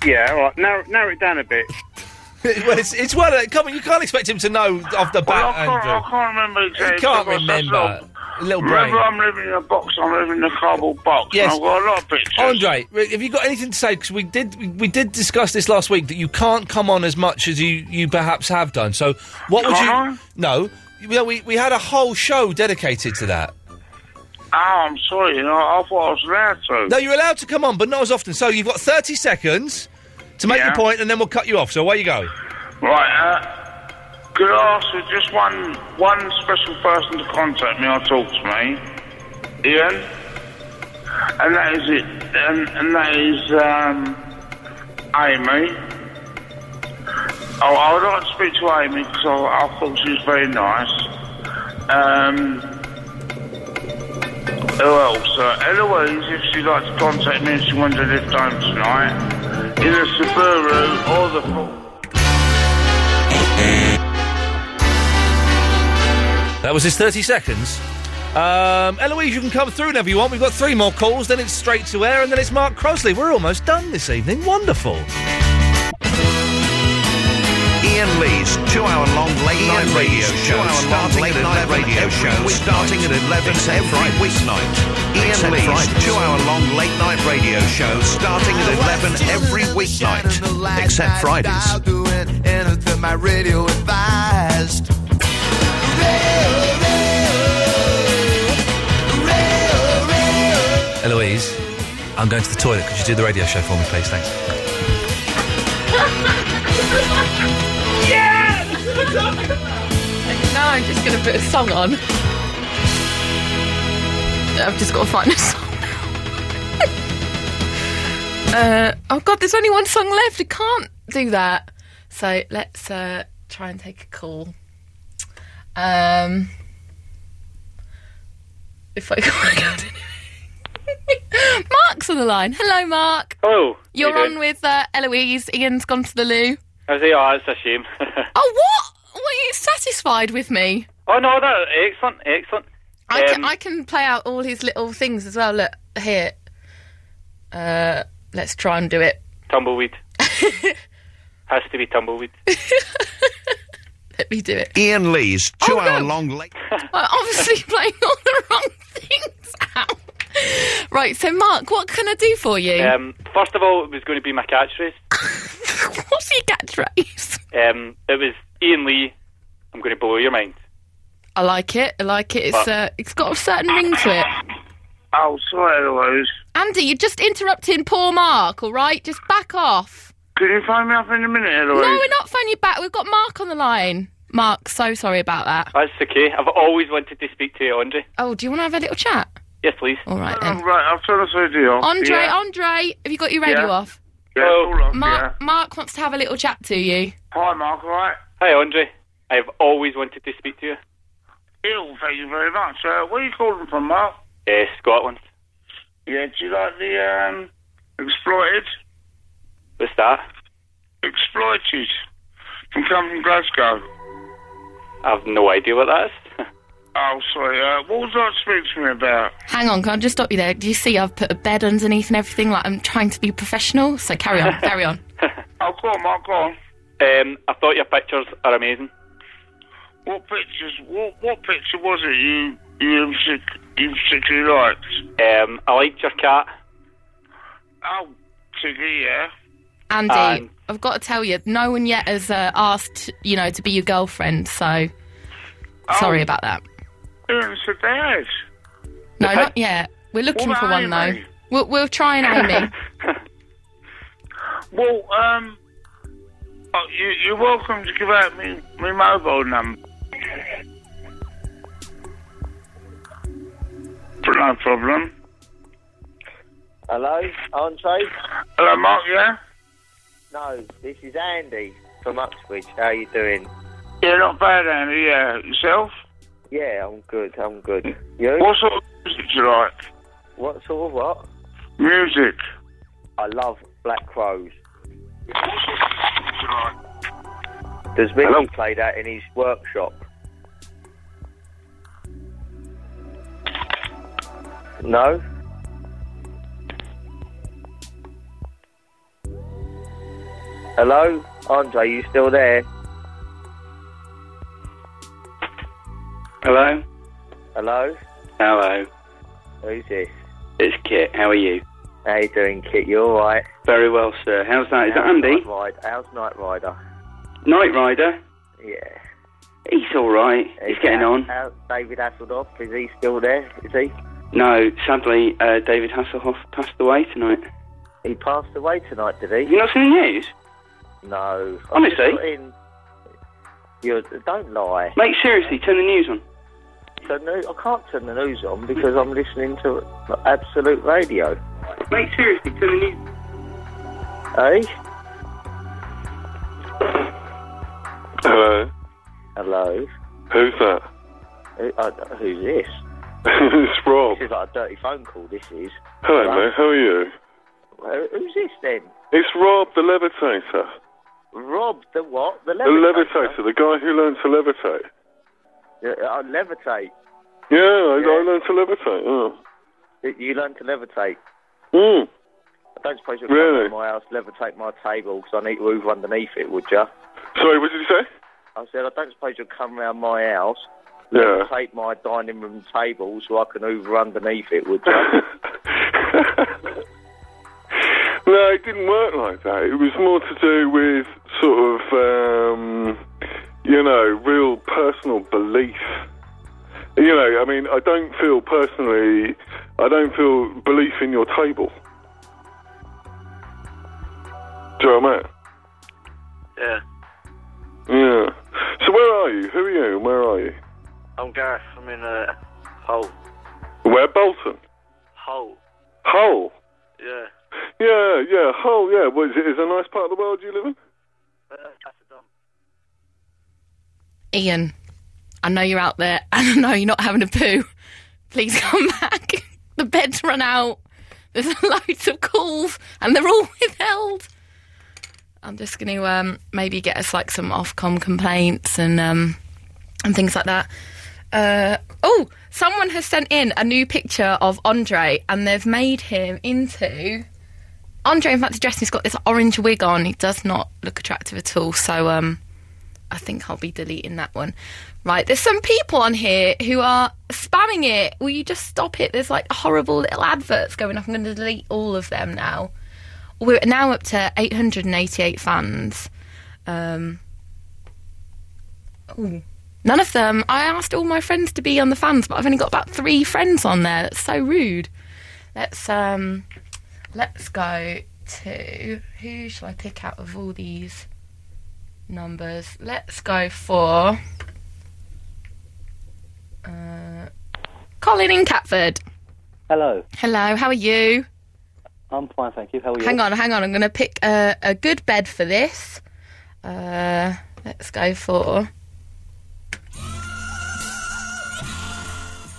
S1: Yeah, all right. Narrow, narrow it down a bit.
S6: well, it's, it's well. uh, Come on, you can't expect him to know off the
S14: Well,
S6: bat,
S14: I can't, I
S6: Andrew.
S14: can't remember exactly.
S6: He can't
S14: because that's
S6: remember. A little brain.
S14: Remember, I'm living in a box. I'm living in a cardboard box.
S6: Yes.
S14: And I've got a lot of pictures.
S6: Andre, re- have you got anything to say? Because we did we, we did discuss this last week that you can't come on as much as you, you perhaps have done. So what would
S14: Can't
S6: you? No, Well, we we had a whole show dedicated to that.
S14: Oh, I'm sorry. You know, I thought I was allowed to.
S6: No, you're allowed to come on, but not as often. So you've got 30 seconds to make your point, and then we'll cut you off. So away you go.
S14: Right, uh, could I ask you just one one special person to contact me or talk to me? Ian? And that is it. And, and that is um, Amy. Oh, I would like to speak to Amy because I, I thought she was very nice. Um, who else? Uh, Eloise, if she'd like to contact me if she wanted to lift home tonight, in a Subaru or the
S6: That was his 30 seconds. Um, Eloise, you can come through whenever you want. We've got three more calls, then it's straight to air, and then it's Mark Crosley. We're almost done this evening. Wonderful.
S17: Ian Lee's two-hour-long late-night radio show, starting at 11 every starting at 11 every weeknight. Ian
S5: Except
S17: Lee's
S5: Fridays.
S17: two-hour-long late-night radio show, starting at 11 every weeknight, except Fridays.
S5: I'll do it, anything my radio advised.
S6: Eloise, I'm going to the toilet. Could you do the radio show for me, please? Thanks.
S7: Now I'm just going to put a song on. I've just got to find a song. uh, oh God, there's only one song left. I can't do that. So let's uh, try and take a call. Um, if I Mark's on the line. Hello, Mark.
S8: Hello.
S7: You're
S8: How you
S7: on
S8: doing?
S7: with uh, Eloise. Ian's gone to the loo.
S8: I say, oh, that's a shame.
S7: Oh, what? Were you satisfied with me?
S8: oh no, that excellent, excellent.
S7: I, can,
S8: Um,
S7: I can play out all his little things as well. Look here. Uh, let's try and do it.
S8: Tumbleweed. Has to be tumbleweed.
S7: Let me do it. Oh,
S17: Ian Lee's two-hour-long late.
S7: I'm obviously playing all the wrong things out. Right. So, Mark, what can I do for you?
S8: Um, first of all, it was going to be my catchphrase.
S7: What's your catchphrase?
S8: Um, it was Ian Lee. I'm going to blow your mind.
S7: I like it. I like it. It's
S8: What?
S7: uh, it's got a certain ring to it.
S14: Oh, sorry, Eloise.
S7: Andy, you're just interrupting poor Mark. All right, just back off.
S14: Can you phone me up in a minute,
S7: No,
S14: Eloise?
S7: we're not phoning you back. We've got Mark on the line. Mark, so sorry about that.
S8: That's okay. I've always wanted to speak to you, Andre.
S7: Oh, do you want to have a little chat?
S22: Yes, please.
S7: All right.
S22: Right, I'll turn this radio
S2: Oh,
S7: Andre, Andre, have you got your radio
S22: Yeah.
S7: off? Mark, Mark wants to have a little chat to you.
S22: Hi, Mark. All right. Hi, Andre. I have always wanted to speak to you.
S14: Ew, thank you very much. Uh, where are you calling from, Mark?
S8: Eh,
S22: Uh, Scotland.
S14: Yeah, do you like the um, exploited?
S22: What's that?
S14: Exploited from come from Glasgow.
S22: I've no idea what that is.
S14: Oh, sorry. Uh, what was that speak to me about?
S7: Hang on, can I just stop you there? Do you see I've put a bed underneath and everything? Like I'm trying to be professional. So carry on, carry on.
S14: Oh, go on, Mark, go on.
S22: Um, I thought your pictures are amazing.
S14: What pictures? What, what picture was it you you in partic- you particularly liked?
S22: Um, I liked your cat.
S14: Oh, Tiggy, yeah.
S7: Andy,
S14: Um,
S7: I've got to tell you, no one yet has uh, asked, you know, to be your girlfriend. So sorry about that.
S14: Yeah, it's a dad.
S7: No, not yet. We're looking
S14: What
S7: for
S14: about
S7: one though.
S14: Amy?
S7: We'll, we'll try and Amy.
S14: Well, um, oh, you, you're welcome to give out me my mobile number. No problem.
S23: Hello, Andre?
S14: Hello, Mark, yeah?
S23: No, this is Andy from Uxbridge. How you doing?
S14: Yeah, not bad, Andy, yeah. Yourself?
S23: Yeah, I'm good, I'm good. You?
S14: What sort of music do you like?
S23: What sort of what?
S14: Music.
S23: I love Black Crows. Does Mickey
S14: Hello?
S23: play that in his workshop? No? Hello? Andre, you still there?
S21: Hello?
S23: Hello?
S21: Hello.
S23: Who's this?
S21: It's Kit. How are you?
S23: How you doing, Kit? You alright?
S21: Very well, sir. How's that? Is that
S23: How's
S21: Andy?
S23: Night Ride- how's Night Rider?
S21: Night Rider?
S23: Yeah.
S21: He's all right. He's
S23: Is
S21: getting
S23: that-
S21: on.
S23: how- David Hasselhoff, is he still there? Is he?
S21: No, sadly, uh, David Hasselhoff passed away tonight.
S23: He passed away tonight, did he?
S21: Have you not seen the news?
S23: No. I've
S21: Honestly?
S23: just put in- You don't lie.
S21: Mate, seriously, turn the news on.
S23: Turn the, I can't turn the news on because I'm listening to Absolute Radio.
S21: Mate, seriously, turn the news.
S23: Hey?
S18: Hello.
S23: Hello.
S18: Who's that?
S23: Who, uh, who's this?
S18: it's Rob.
S23: This is like a dirty phone call. This is.
S18: Hello, mate. How are you?
S23: Who- Who's this then?
S18: It's Rob, the levitator.
S23: Rob the what? The
S18: The
S23: levitator.
S18: levitator, the guy who learned to levitate.
S23: Uh, I levitate.
S18: Yeah, I, I learned to levitate. Oh.
S23: You- You learn to levitate.
S18: Mm.
S23: I don't suppose you'll
S18: Really?
S23: come to my house, levitate my table because I need to move underneath it, would you?
S18: Sorry, what did you say?
S23: I said, I don't suppose you'll come round my house,
S18: Yeah.
S23: levitate my dining room table so I can over underneath it, would you?
S18: No, it didn't work like that. It was more to do with sort of, um, you know, real personal belief. You know, I mean, I don't feel personally, I don't feel belief in your table. Do you know what
S23: yeah.
S18: I mean? Yeah. So where are you? Who are you? and Where are you?
S23: I'm Gareth. I'm in uh, a hole.
S18: Where? Bolton?
S23: Hole.
S18: Hull?
S23: Yeah.
S18: Yeah, yeah, Hull, yeah. What is it? Is it a nice part of the world you live in?
S23: Uh,
S7: Ian, I know you're out there, and I know you're not having a poo. Please come back. The bed's run out. There's loads of calls, and they're all withheld. I'm just going to um, maybe get us like some Ofcom complaints and um, and things like that. Uh, oh, someone has sent in a new picture of Andre, and they've made him into Andre. In fact, the dressing has got this orange wig on. He does not look attractive at all. So um, I think I'll be deleting that one. Right, there's some people on here who are spamming it. Will you just stop it? There's like horrible little adverts going up. I'm going to delete all of them now. We're now up to 888 fans. Um, ooh. none of them. I asked all my friends to be on the fans, but I've only got about three friends on there. That's so rude. Let's um, let's go to who shall I pick out of all these? numbers. Let's go for uh, Colin in Catford.
S2: Hello.
S7: Hello, how are you?
S2: I'm fine, thank
S20: Oh,
S2: you. How are you?
S7: Hang on, hang on. I'm going to pick a, a good bed for this. Uh, let's go for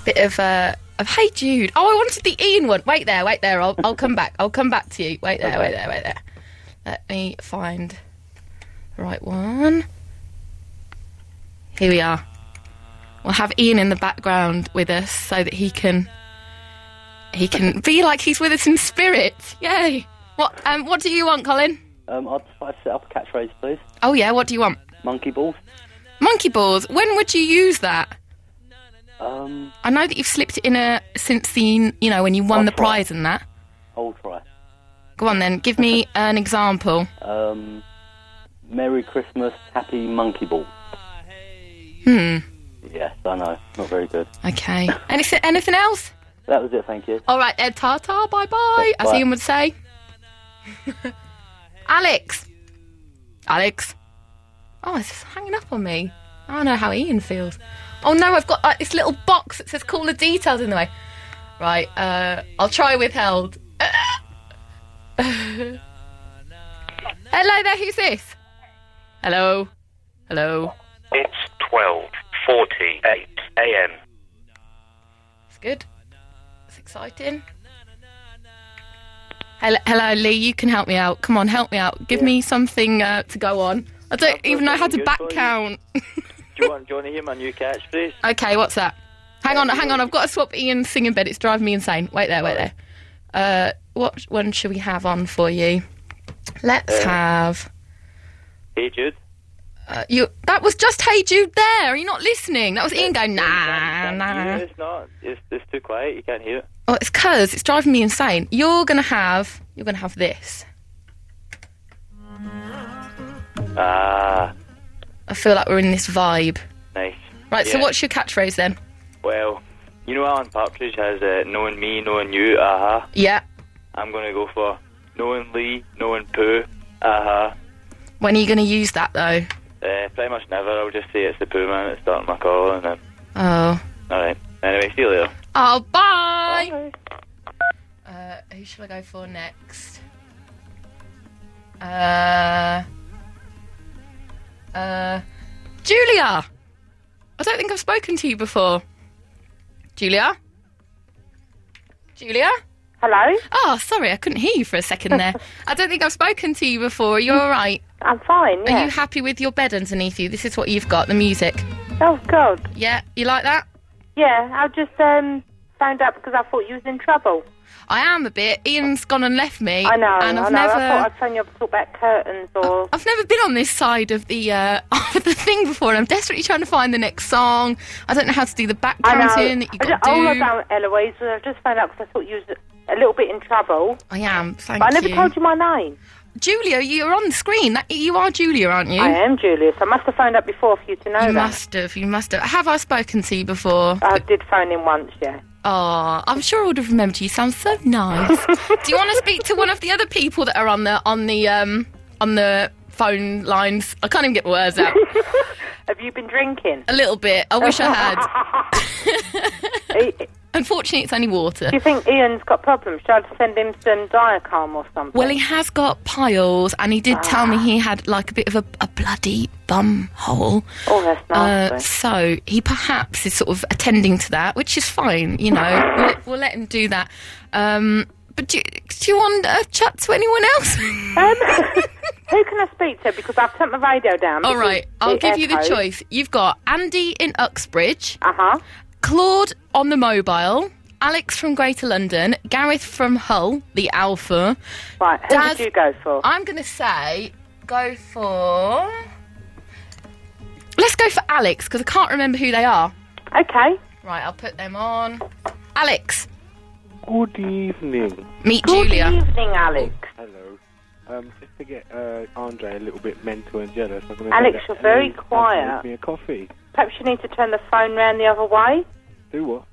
S7: bit of uh, of Hey Jude. Oh, I wanted the Ian one. Wait there, wait there. I'll I'll come back. I'll come back to you. Wait there, wait there, wait there. Let me find the right one. Here we are. We'll have Ian in the background with us so that he can he can be like he's with us in spirit. Yay! What um what do you want, Colin?
S2: Um, I'd just like to set up a catchphrase, please.
S7: Oh yeah, what do you want?
S2: Monkey balls.
S7: Monkey balls. When would you use that?
S2: Um,
S7: I know that you've slipped it in a since the you know when you won the prize and that.
S2: I'll try.
S7: Go on then, give me an example.
S2: Um, Merry Christmas, Happy Monkey Ball.
S7: Hmm.
S2: Yes, I know. Not very good.
S7: Okay. Anything anything else?
S2: That was it. Thank you.
S7: All right, Ed Tata, bye bye, as
S2: Bye.
S7: Ian would say. Alex. Alex. Oh, it's just hanging up on me. I don't know how Ian feels. Oh no, I've got uh, this little box that says caller details in the way. Right, uh, I'll try withheld. Hello there, who's this? Hello? Hello?
S3: It's 12:48 a.m.
S7: It's good. It's exciting. Hello, hello, Lee. You can help me out. Come on, help me out. Give me something uh, to go on. I don't even know how to
S2: something
S7: back
S2: good for you.
S7: count.
S2: Do you want, do you want to hear my new catchphrase?
S7: Okay, what's that? Hang on, hang on. I've got to swap Ian's singing bed. It's driving me insane. Wait there, wait there. Uh, what one should we have on for you? Let's
S2: Uh,
S7: have
S2: Hey Jude.
S7: uh, you. That was just hey Jude. There, are you not listening? That was Ian going Uh, nah
S2: Yeah,
S7: nah.
S2: it's not. It's, it's too quiet. You can't hear it.
S7: Oh, it's cuz it's driving me insane. You're gonna have you're gonna have this.
S2: Ah,
S7: I feel like we're in this vibe.
S2: nice.
S7: Right, so
S2: Yeah.
S7: what's your catchphrase then?
S2: Well, you know Alan Partridge has uh, knowing me, knowing you, aha.
S7: Yeah.
S2: I'm going to go for knowing Lee, knowing uh-huh. Pooh, aha.
S7: When are you going to use that though?
S2: Uh, pretty much never. I'll just say it's the Pooh man that's starting my call, and then
S7: Oh.
S2: all right. Anyway, see you later.
S7: Oh, bye. Uh, who shall I go for next? Uh. Uh. Julia. I don't think I've spoken to you before. Julia. Julia.
S9: Hello.
S7: Oh, sorry, I couldn't hear you for a second there. I don't think I've spoken to you before. Are you all right?
S9: I'm fine.
S7: Are
S9: yeah.
S7: you happy with your bed underneath you? This is what you've got. The music.
S9: Oh God.
S7: Yeah, you like that?
S9: Yeah, I just um found out because I thought you was in trouble.
S7: I am a bit. Ian's gone and left me.
S9: I know.
S7: And I've
S9: I know.
S7: never.
S9: I thought I'd phone you up to talk about curtains or.
S7: I've never been on this side of the uh, of the thing before, and I'm desperately trying to find the next song. I don't know how to do the back
S9: I know.
S7: counting that you
S9: I
S7: got
S9: oh just, all I
S7: to do.
S9: done, Eloise, was I just found out because I thought you was a little bit in trouble.
S7: I am. Thank
S9: but I never
S7: you.
S9: told you my name.
S7: Julia, you're on the screen. That, you are Julia, aren't you?
S9: I am Julius. I must have phoned up before for you to know
S7: You
S9: that.
S7: must have. You must have. Have I spoken to you before?
S9: I did phone in once, yeah.
S7: Oh, I'm sure I would have remembered you. You Sound so nice. Do you want to speak to one of the other people that are on the on the um on the phone lines? I can't even get the words out.
S9: Have you been drinking?
S7: A little bit. I wish I had. Unfortunately, it's only water.
S9: Do you think Ian's got problems? Should I send him some Diacalm or something?
S7: Well, he has got piles, and he did tell me he had like a bit of a, a bloody bum hole.
S9: Oh, that's
S7: Uh,
S9: nasty.
S7: so he perhaps is sort of attending to that, which is fine, you know. we'll, we'll let him do that. Um, but do, you- do you want a chat to anyone else?
S9: um, who can I speak to? Because I've turned my radio down.
S7: All right, I'll give you the choice. You've got Andy in Uxbridge, uh-huh. Claude on the mobile, Alex from Greater London, Gareth from Hull, the Alpha.
S9: Right, who would you go for?
S7: I'm going to say go for. Let's go for Alex because I can't remember who they are.
S9: Okay.
S7: Right, I'll put them on. Alex,
S24: Good evening.
S7: meet Julia.
S9: evening, Alex.
S24: Hello. Um, just to get uh, Andre a little bit mental and jealous, I'm going
S9: Alex, you're very quiet.
S24: Me a coffee.
S9: Perhaps you need to turn the phone round the other way.
S24: Do what?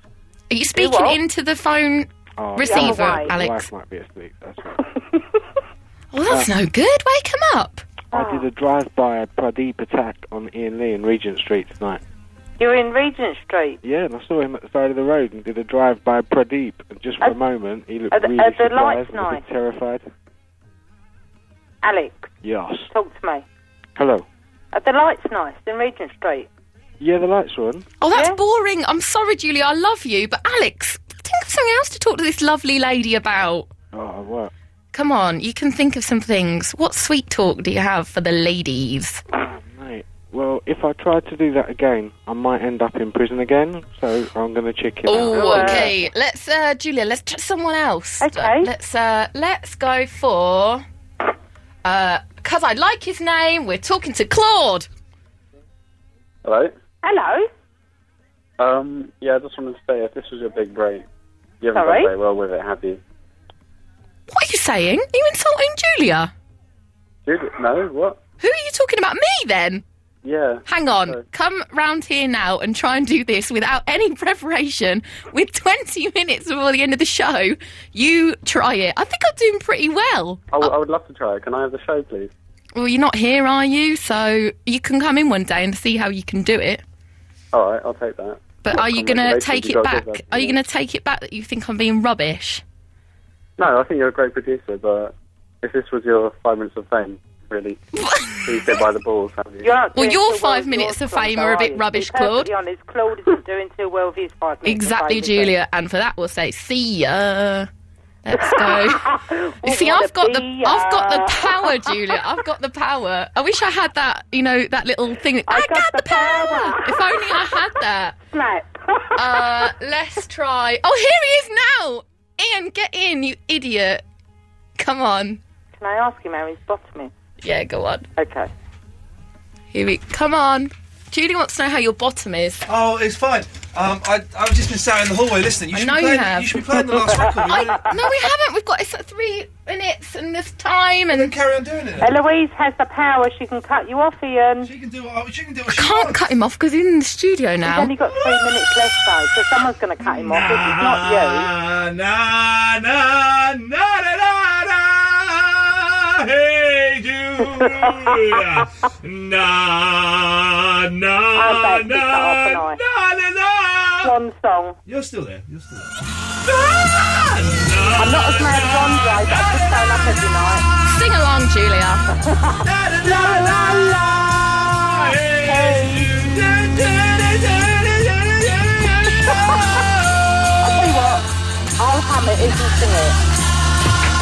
S7: Are you speaking into the phone
S24: Oh,
S7: receiver,
S24: my wife-
S7: Alex?
S24: Wife might be asleep. That's right.
S7: Well, that's no good. Wake him up.
S24: I did a drive-by at Pradeep attack on Ian Lee in Regent Street tonight.
S9: You're in Regent Street.
S24: Yeah, and I saw him at the side of the road and did a drive-by Pradeep. Just for a moment, he looked
S9: are the-
S24: really
S9: are the
S24: surprised,
S9: lights
S24: a bit
S9: nice?
S24: terrified.
S9: Alex,
S24: Yes.
S9: talk to me.
S24: Hello.
S9: Are the lights nice in Regent Street?
S24: Yeah, the lights were on.
S7: Oh, that's boring. I'm sorry, Julie. I love you, but Alex, think of something else to talk to this lovely lady about.
S24: Oh, what?
S7: Come on, you can think of some things. What sweet talk do you have for the ladies?
S24: Mate, well, if I try to do that again, I might end up in prison again, so I'm going to check it out.
S7: Oh, okay. Let's, uh, Julia. Let's try someone else. Okay. Let's, uh, let's go for, uh, cause I like his name. We're talking to Claude.
S13: Hello.
S9: Hello.
S13: Um, yeah, I just wanted to say if this was your big break, you haven't
S7: Sorry?
S13: done very well with it, have you?
S7: What are you saying? Are you insulting Julia?
S13: Did it? No. What?
S7: Who are you talking about? Me then?
S13: Yeah.
S7: Hang on. Come round here now and try and do this without any preparation. With 20 minutes before the end of the show, you try it. I think I'm doing pretty well.
S13: I, w- I would love to try it. Can I have the show, please?
S7: Well, you're not here, are you? So you can come in one day and see how you can do it.
S13: All right, I'll take that.
S7: But are you going to
S13: congratulations,
S7: take
S13: you
S7: it
S13: got
S7: back?
S13: good then.
S7: Are you going to take it back that you think I'm being rubbish?
S13: No, I think you're a great producer, but if this was your five minutes of fame, really, please go by the balls, have you?
S7: Well, your five minutes of fame are a bit rubbish, Claude.
S9: To be honest, Claude isn't doing too well with his five minutes.
S7: Exactly,
S9: of fame, is he?
S7: Julia. And for that, we'll say, see ya. Let's go. You see, I've got the I've got
S9: uh,
S7: the power, Julia. I've got the power. I wish I had that, you know, that little thing. I, got, the power. If only I had that. uh, let's try. Oh, here he is now. Ian, get in, you idiot. Come on.
S9: Can I ask him how he's bottom is?
S7: Yeah, go on.
S9: Okay.
S7: Here we come on. Julie wants to know how your bottom is.
S6: Oh, it's fine. Um, I, I've just been sat in the hallway listening. You
S7: I
S6: should
S7: know
S6: be
S7: you
S6: playing,
S7: have.
S6: should be playing the last record.
S7: I- no, we haven't. We've got it's at three minutes and this time and
S6: carry on doing it.
S9: Eloise has the power. She can cut you off, Ian. She
S6: can do what she can do.
S7: I can't cut him off because he's in the studio
S9: He's
S7: now.
S9: only got three minutes left, though, so someone's going to cut him off. If it's not you.
S6: Na na na na na na. na. Hey Julia. na na na na na na.
S9: One song.
S6: You're still there. You're still there.
S9: I'm not as mad as Andre, but I just turn up every night.
S7: Sing along, Julia.
S9: la, la, la. I'll tell you what, I'll hum it if you sing it.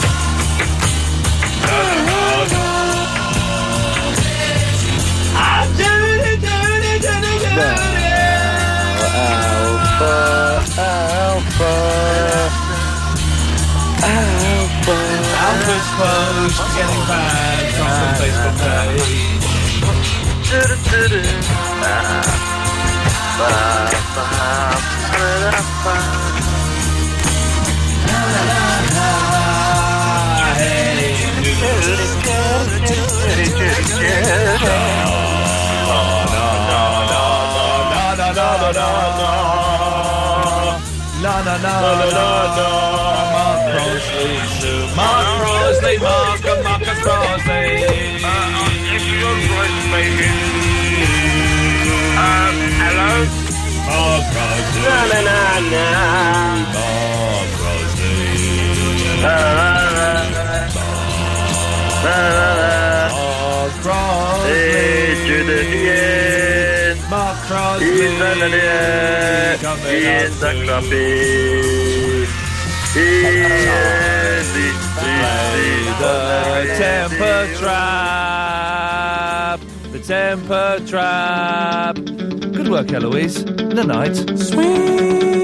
S25: Alpha, alpha, alpha. Alpha's close to getting back on the Facebook page.
S6: Na na na na na. Mark Crosley, Sue. Mark Crosley, Mark Marcus Crosley.
S1: Hello?
S6: Mark Crosley.
S1: Na na na na.
S6: Mark Crosley.
S1: La, la, la, la. La, la, la.
S6: Mark Crosley.
S1: Hey, Judas, yes.
S6: Mark Crosley.
S1: He's an idiot. He's a crappie. Yes, he's- he's-
S6: The
S1: he's-
S6: temper trap. The temper trap. Good work, Eloise. The night. Sweet.